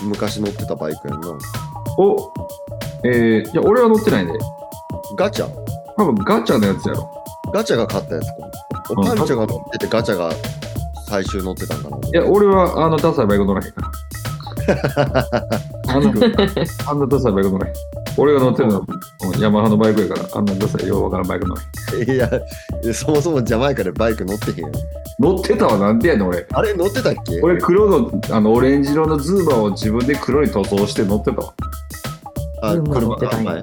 S2: 昔乗ってたバイクやんな。
S6: おえー、いや、俺は乗ってないで。
S2: ガチャ
S6: 多分ガチャのやつやろ。
S2: ガチャが買ったやつか
S6: うん
S2: パンチョが乗っててガチャが最終乗ってたんだな。
S6: いや、俺はあのダサいバイク乗らへんから。
S2: <laughs>
S6: あの、あんなダサいバイク乗らへん。俺が乗ってるのはうんヤマハのバイクやから、あんなダサいようわからんバイク乗らへん。
S2: いや、そもそもジャマイカでバイク乗ってへんやん。
S6: 乗ってたわ、なんでやねん、俺。
S2: あれ乗ってたっけ
S6: 俺黒のあのオレンジ色のズーバーを自分で黒に塗装して乗ってたわ
S2: あ、
S4: うん
S2: 車
S4: 乗ってたんや
S2: はい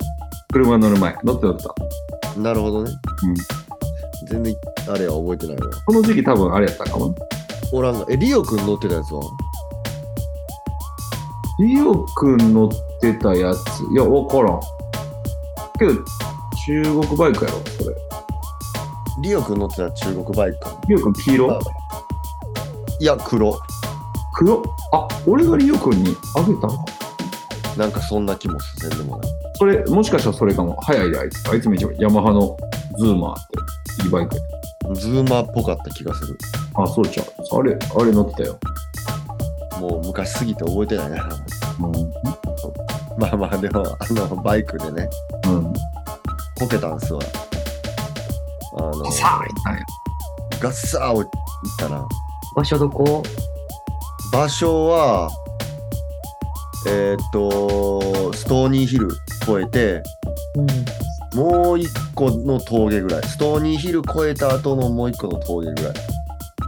S6: 車乗る前乗って乗ってた
S2: なるほどね。
S6: うん
S2: 全然あれは覚えてないわ。
S6: この時期多分あれやったかも
S2: おらんが。え、リオくん乗ってたやつは
S6: リオくん乗ってたやついや分からんけど中国バイクやろそれ
S2: リオくん乗ってた中国バイクか。
S6: リオくん黄色
S2: いや、黒。
S6: 黒あ俺がリオくんにあげたの
S2: なんかそんな気もせんでもない。
S6: それもしかしたらそれかも早いであいつあいつめっちゃヤマハのズーマーっていいバイクや
S2: ズーマーっぽかった気がする。
S6: あそうちゃうあれあれ乗ってたよ、
S2: もう昔すぎて覚えてない <laughs> な。
S6: う
S2: まあまあ、でも、あの、バイクでね、
S6: んうん、
S2: こけたんすわ。あの、
S6: さあいったんや
S2: ガッサーを行ったな。
S4: 場所どこ
S2: 場所は、えーっと、ストーニーヒル越えて、
S4: うん
S2: もう一個の峠ぐらい。ストーニーヒル越えた後のもう一個の峠ぐらい。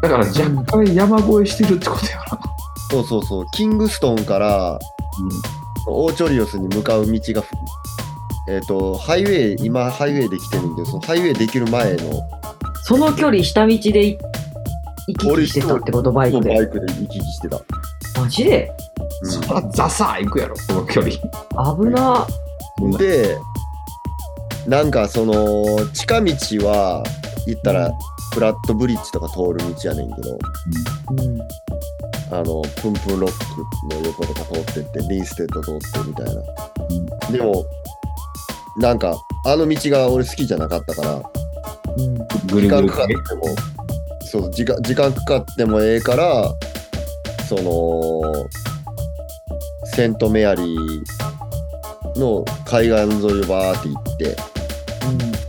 S6: だから若干山越えしてるってことやな
S2: そうそうそう。キングストンからオーチョリオスに向かう道が、えっ、と、ハイウェイ、今ハイウェイできてるんで、そのハイウェイできる前の
S4: その距離下道でい行き来してたってことバイク
S2: バ
S4: で
S2: イクで行き来してた。
S4: マジで
S6: そらザサー行くやろ、この距離。
S4: 危な
S2: うん、で、なんかその、近道は、行ったら、フラットブリッジとか通る道やねんけど、
S4: うん
S2: あの、プンプンロックの横とか通ってって、リンステッド通ってみたいな。でも、なんか、あの道が俺好きじゃなかったから、
S4: うん
S6: ぐ
S2: 時
S6: るぐ
S2: 間
S6: る
S2: かかっても、そう、時間、時間かかってもええから、その、セントメアリーの海岸沿いをバーって行って、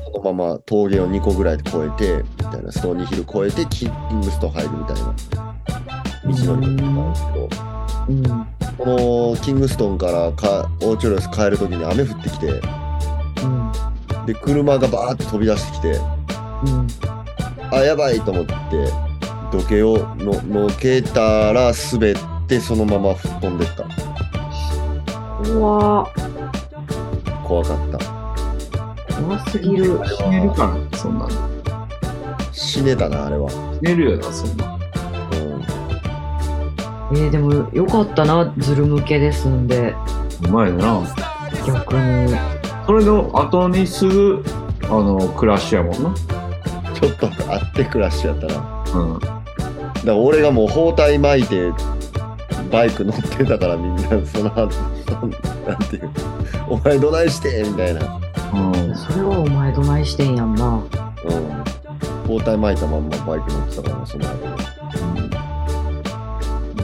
S2: そのまま峠を2個ぐらいで越えて、みたいな、ストーニーヒル越えて、キングストン入るみたいな道のりだったんですけど、
S4: うんうん
S2: このキングストンからかオーチョロス帰るときに雨降ってきて、
S4: うん
S2: で、車がバーって飛び出してきて、
S4: うん
S2: あ、やばいと思って、土けをの、のけたら滑って、そのまま吹っ飛んでった。
S4: うわ
S2: 怖かった。
S4: ー怖すぎる
S6: ひねるから、そんなの。
S2: 死ねたな、あれは。
S6: ひねるよな、そんな。
S2: う
S4: えー、でもよかったなズル向けですんで
S6: うまいな。
S4: 逆に
S6: それの後にすぐ、あの、クラッシュやもんな。
S2: ん。ちょっとあってクラッシュやったな。だか
S6: うん。
S2: ら俺がもう包帯巻いて、バイク乗ってたからみんな、その後、なんていう、お前どないしてみたいな。
S6: うん。
S4: それはお前どないしてんやんな
S2: うん。包帯巻いたまんまバイク乗ってたからな、その後。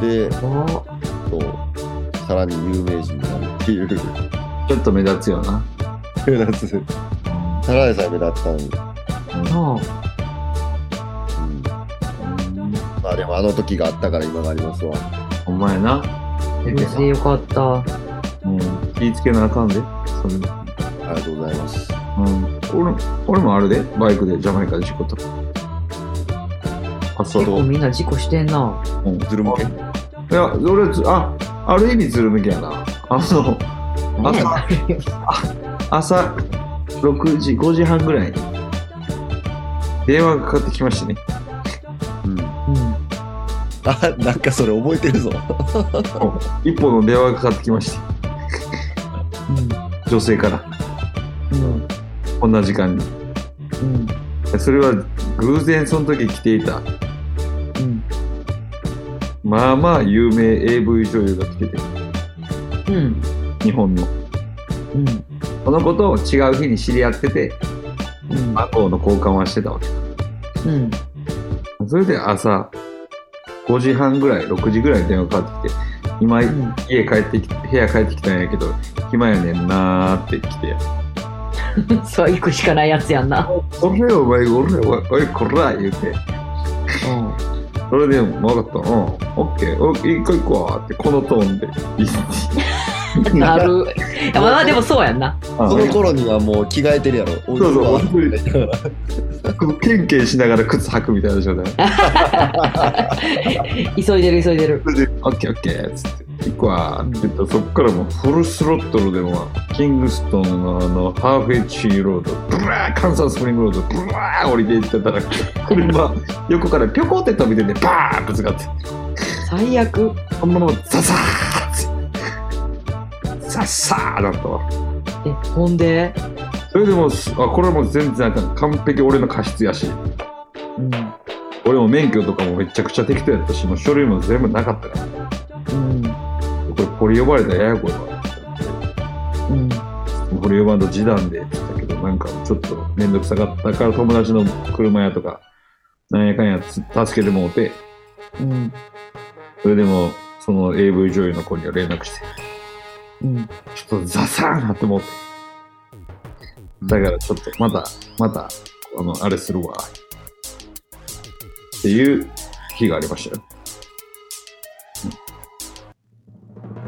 S2: で、
S4: わ
S2: そうさらに有名人になるっていう。
S6: ちょっと目立つよな。
S2: 目立つ。サラエさん目立ったんで、
S6: うん
S4: な
S2: まあでもあの時があったから今がありますわ。
S6: お前な。
S4: あ無事でよかった
S6: うん。気ぃつけなあかんで。それ
S2: ありがとうございます。
S6: うん。俺、俺もあれで、バイクでジャマイカで事故った。あ、そ
S4: 結構みんな事故してんな
S6: うん
S2: ズル向け
S6: いや、俺はず、あ、ある意味ズル向けやな。あの、朝、朝、 6時、5時半ぐらいに電話がかかってきましたね。
S2: うん、あなんかそれ覚えてるぞ
S6: 一本の電話がかかってきました。女性から。こんな時間に。それは偶然その時来ていた、まあまあ有名 AV 女優が来てて、日本の。このことを違う日に知り合ってて、番号の交換はしてたわけ。それで朝5時半ぐらい、6時ぐらいに電話かかってきて、今、家帰ってきて、部屋帰ってきたんやけど、暇やねんなーって来て、
S4: そう行くしかないやつやんな。
S6: これお前、おれ、おい、こら、言うて、それでも分かった、うん、オッケー、お一個一個はって、このトーンで、
S4: なる。まあまあでもそうやんな。
S2: その頃にはもう着替えてるやろそう
S6: そう <laughs> ケンケンしながら靴履くみたいな状態。
S4: 急いでる急いでる。
S6: それで、オッケーオッケーっつって、行くわーって言ったら、そっからもうフルスロットルでも、キングストンのあの、ハーフエッジロード、ブワー、カンサススプリングロード、ブワー降りていってたら、車、横からぴょこって飛び出て、バーンぶつかって、
S4: 最悪。
S6: そのままザサーッて、ザッサーだったわ。
S4: え、ほんで。
S6: それでもう、すあ、これはもう全然あかん完璧俺の過失やし。
S4: うん。
S6: 俺も免許とかもめちゃくちゃ適当やったし、もう書類も全部なかったから、こ
S4: うん。
S6: れ、これ呼ばれたらややこいわ。
S4: うん。
S6: これ呼ばんと示談でって言ったけど、なんかちょっと面倒くさかったから友達の車やとか、なんやかんやつ助けてもうて、
S4: うん。
S6: それでもその AV 女優の子には連絡して、
S4: うん。
S6: ちょっとザサーンなって思って。だからちょっとまた、また、あの、あれするわ。っていう日がありましたよ。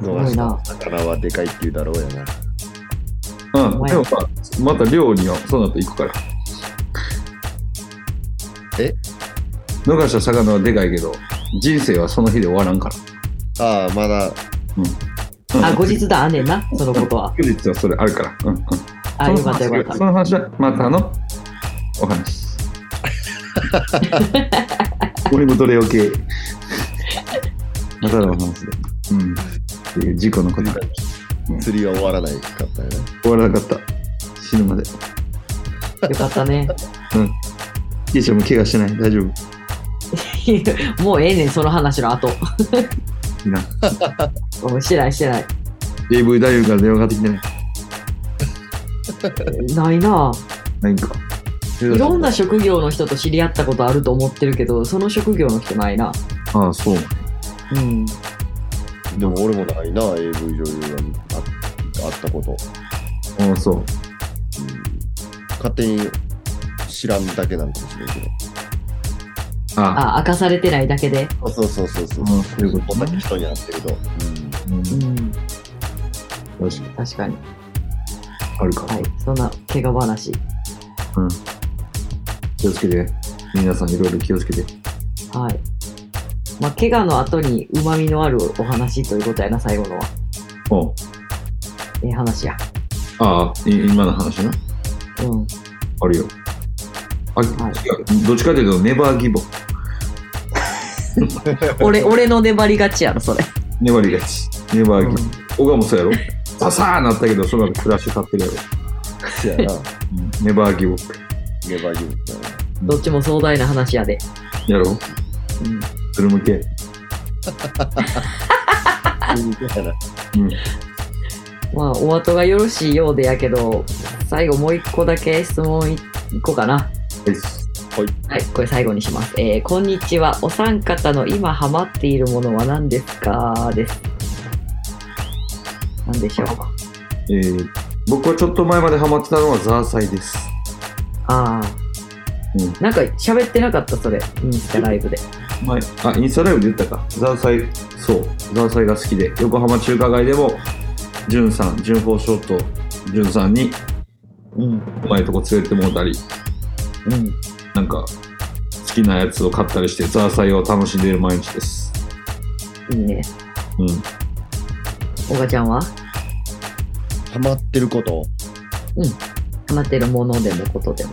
S4: ごいな
S2: 魚はでかいっていうだろうやな
S6: うん、
S4: 前
S6: でもまあ、また寮にはその後行くから。
S2: え
S6: 逃した魚はでかいけど、人生はその日で終わらんから。
S2: ああまだ
S4: あ、後日だ、あんねんな、そのことは。
S6: 後日はそれあるから。うんうん。
S4: あ、よかったよかった
S6: そ。の話は、またのお
S4: <laughs>
S6: 話。俺もどれよけ。またのお話で。うん。っていう事故のこと
S2: 釣りは終わらないかったよね
S6: 終わらなかった。死ぬまで。
S4: よかったね。 <laughs>
S6: いいちゃんも怪我してない。大丈夫。
S4: もうええねん、その話の後。
S6: いいな。
S4: <laughs> うんしてないしてない。
S6: AV 大夫から電話かかってきてない。
S4: ないな
S6: ないんか。
S4: いろんな職業の人と知り合ったことあると思ってるけど、その職業の人ないな。
S6: ああ、そう。
S4: うん。
S2: でも俺もないな AV 女優がああったこと
S6: ああ、そう。
S2: 勝手に知らんだけなんかもしれんけ
S6: ああ、
S4: あ、明かされてないだけで。
S2: どそうそうそうそう
S6: うんそういうこと
S2: 同じ人に会ってると
S6: うん、
S4: うん。
S6: 確かに
S4: 確かに。
S6: あるか。
S4: はい。そんな怪我話。
S6: 気をつけて。皆さんいろいろ気をつけて。
S4: はい。まあ、怪我の後に旨味のあるお話ということやな、最後のは。
S6: おう
S4: ええ話や。
S6: ああ、い今の話な。
S4: うん。
S6: あるよ。あ、
S4: はい
S6: <laughs> 違うどっちかというと、ネバーギボ。
S4: 俺、俺の粘り勝ちやろ、それ。
S6: 粘りがち。ネバーギボ。小川もそうやろささーなったけど、その後クラッシュ立ってるやろ。
S2: せ <laughs> やな
S6: ネバーギボ。
S2: ネバーギブだな
S4: どっちも壮大な話やで。
S6: やろ
S4: うん。
S6: つるむけ。うん。
S4: まあ、お後がよろしいようでやけど、最後もう一個だけ質問いいこうかな。
S6: はい
S4: はい、これ最後にします。えー、こんにちは。お三方の今ハマっているものは何ですかです。何でしょう。
S6: えー、僕はちょっと前までハマってたのはザーサイです。
S4: ああ。
S6: うん
S4: なんか喋ってなかった、それ。インスタライブで。
S6: 前あインスタライブで言ったかザーサイそうザーサイが好きで横浜中華街でもじゅんさんじゅんフォーショットじゅんさんに
S4: うん。
S6: うまいとこ連れてもうたり
S4: うん。
S6: なんか好きなやつを買ったりしてザーサイを楽しんでいる毎日です
S4: いいね。
S6: うん
S4: おがちゃんは
S2: ハマってること
S4: ハまってるものでもことでも。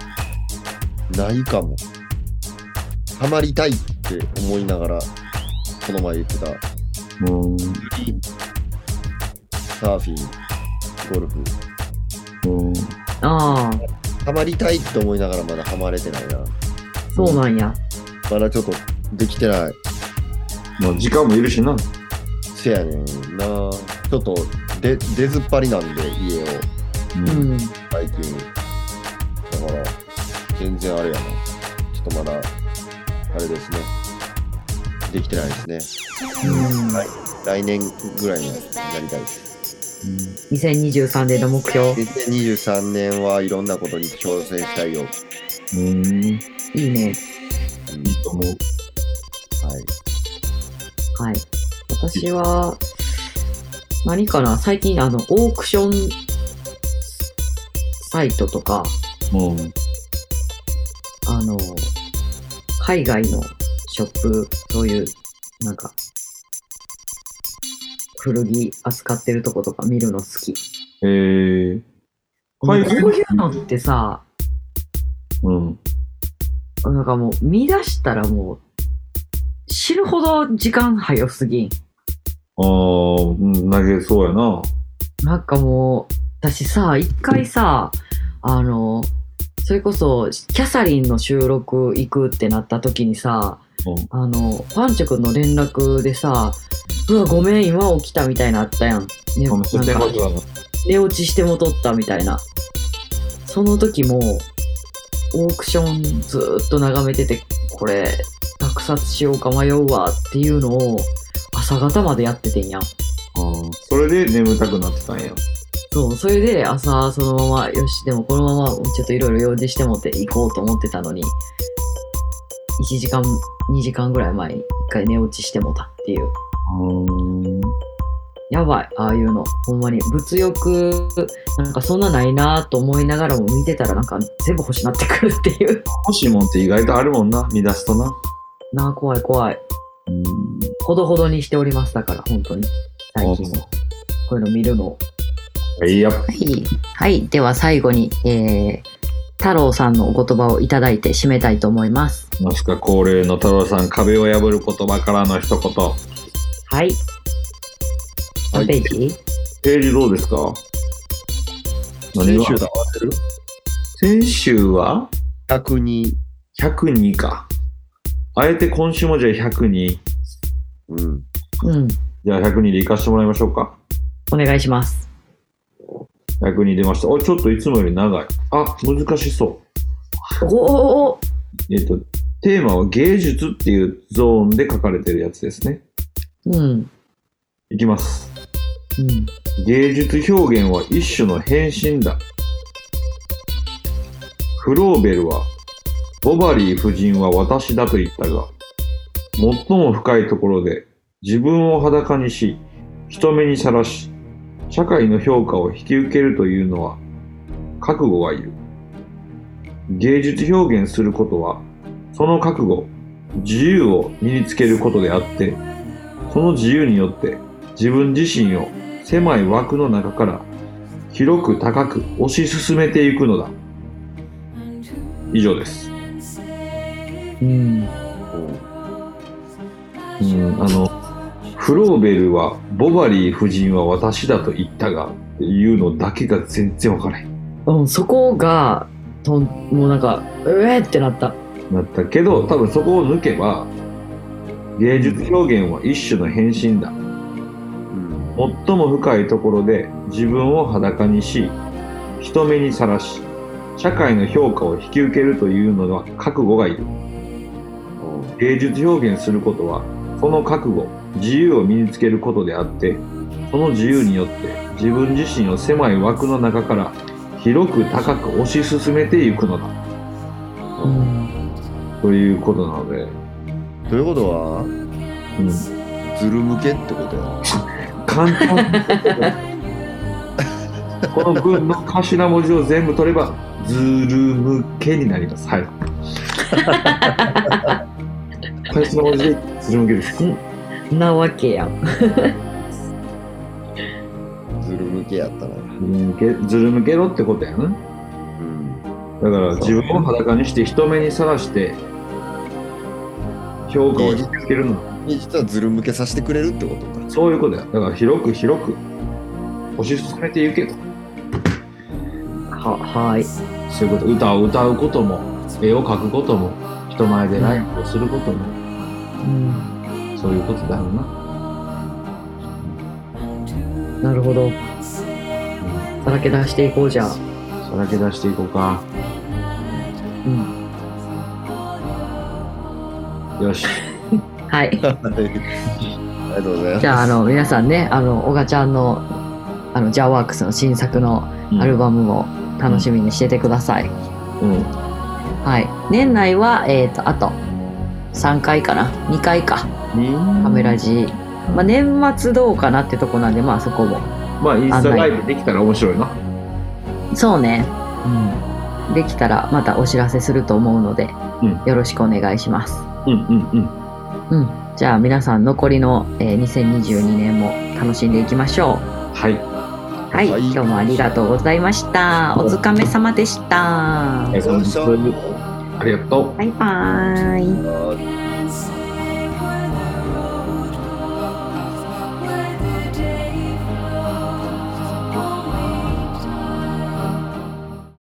S2: ないかも。ハマりたいって思いながら、この前言ってた、
S5: うん
S2: サーフィン、ゴルフ。
S5: うん
S4: ああ、
S2: ハマりたいって思いながらまだハマれてないな。
S4: そうなんや。
S2: まだちょっとできてない。
S5: まあ時間もいるしな。
S2: せやねんな。ちょっと出、出ずっぱりなんで、家を、
S5: うん
S4: うん。
S2: 最近。だから、全然あれやな。ちょっとまだ、あれですね。できてないですね。来年ぐらいにやりたいです。
S4: 2023年の目標。
S2: 2023年はいろんなことに挑戦したいよ。
S5: うん。うん。いい
S4: いいね。
S5: と思う。
S2: はい。
S4: はい。私は、何かな最近、あの、オークションサイトとか、
S5: うん。
S4: あの、海外のショップ、そういう、なんか、古着扱ってるとことか見るの好き。
S5: えー。
S4: こう
S5: 海外の
S4: いうのってさ、
S5: うん。
S4: なんかもう見出したらもう、知るほど時間早すぎん。
S5: ああ、うん投げそうやな。
S4: なんかもう、私さ、一回さ、あの、それこそ、キャサリンの収録行くってなった時にさ、
S5: うん
S4: あの、パンチョ君の連絡でさ、うわ、ごめん、今起きたみたいなあったやん。ね、
S5: あ
S4: なん
S5: の、
S4: か
S5: そしてまずはな。
S4: 寝落ちして戻ったみたいな。その時も、オークションずーっと眺めてて、これ、落札しようか迷うわっていうのを、朝方までやっててんやん。
S5: あーそれで眠たくなってたんや。
S4: そう、それで朝そのまま、よし、でもこのままちょっといろいろ用事してもって行こうと思ってたのに、1時間、2時間ぐらい前に一回寝落ちしてもたっていう。
S5: うん。
S4: やばい、ああいうの。ほんまに物欲、なんかそんなないなと思いながらも見てたらなんか全部欲しなってくるっていう。 <laughs>
S5: 欲しいもんって意外とあるもんな、見出すとな。
S4: なあ、怖い怖い。
S5: うん。
S4: ほどほどにしております。だから、本当に。最近は。こういうの見るの。
S5: いや、
S4: はい。はい。では最後に、えー、太郎さんのお言葉をいただいて締めたいと思います。
S5: ますか恒例の太郎さん、壁を破る言葉からの一言。
S4: はい。何ページ、
S5: ページどうですか
S2: 先週
S5: だ
S2: と合わせる
S5: 先週は
S2: ?102。
S5: 102か。あえて今週もじゃあ102。
S2: うん。
S4: うん。
S5: じゃあ102で行かせてもらいましょうか。
S4: お願いします。
S5: 102出ました。お、ちょっといつもより長い。あ、難しそう。
S4: おおお
S5: えっと、テーマは芸術っていうゾーンで書かれてるやつですね。
S4: うん。うん。
S5: いきます。芸術表現は一種の変身だ。フローベルは、ボバリー夫人は私だと言ったが、最も深いところで自分を裸にし、人目にさらし、社会の評価を引き受けるというのは、覚悟がいる。芸術表現することは、その覚悟、自由を身につけることであって、その自由によって自分自身を狭い枠の中から広く高く推し進めていくのだ以上です
S4: うん。
S5: うんあのフローベルはボバリー夫人は私だと言ったがっていうのだけが全然わからへん
S4: うん。そこが、とん、もうなんか、うえーってなった。
S5: なったけど多分そこを抜けば芸術表現は一種の変身だ
S2: うん。
S5: 最も深いところで自分を裸にし人目にさらし社会の評価を引き受けるというのは覚悟がいる芸術表現することはその覚悟自由を身につけることであってその自由によって自分自身を狭い枠の中から広く高く推し進めていくのだ
S4: うん。
S5: ということなので、
S2: ということは、
S5: うん、
S2: ズル向けってことや。
S5: 簡
S4: <laughs>
S5: 単この文の頭文字を全部取ればズル向けになりますはい
S4: <laughs>
S5: 頭文字でズル向けです
S4: なわけやん。
S2: ズル向けやったな。
S5: ズル向けずる向けろってことやな、
S2: うん。
S5: だから自分を裸にして人目にさらして評価を引きつけるの
S2: 実はズル向けさせてくれるってことか。
S5: そういうことやだから広く広く推し進めていけと
S4: ははい
S5: そういうこと歌を歌うことも絵を描くことも人前でライブをすることも
S4: うん
S5: そういうことだろうな
S4: なるほどさらけ出していこうじゃあ
S5: さらけ出していこうか
S4: うん
S5: よし
S4: はい
S2: はいありがとうございます。
S4: じゃああの皆さんねあの小賀ちゃんのあのジャワークスの新作のアルバムを楽しみにしててください、
S5: うん
S4: はい年内はえっ、とあと3回かな2回かカメラ G、まあ、年末どうかなってとこなんでまあそこも
S5: まあインスタライブできたら面白いな
S4: そうね、うん、できたらまたお知らせすると思うので、
S5: うん
S4: よろしくお願いします
S5: うんうんう
S4: う
S5: ん
S4: んじゃあ皆さん残りの、えー2022年も楽しんでいきましょう
S5: はい
S4: はい、
S2: はい
S4: 今日もありがとうございましたお疲れ様でした
S5: ありがとうございますありがとう
S4: バイバーイ。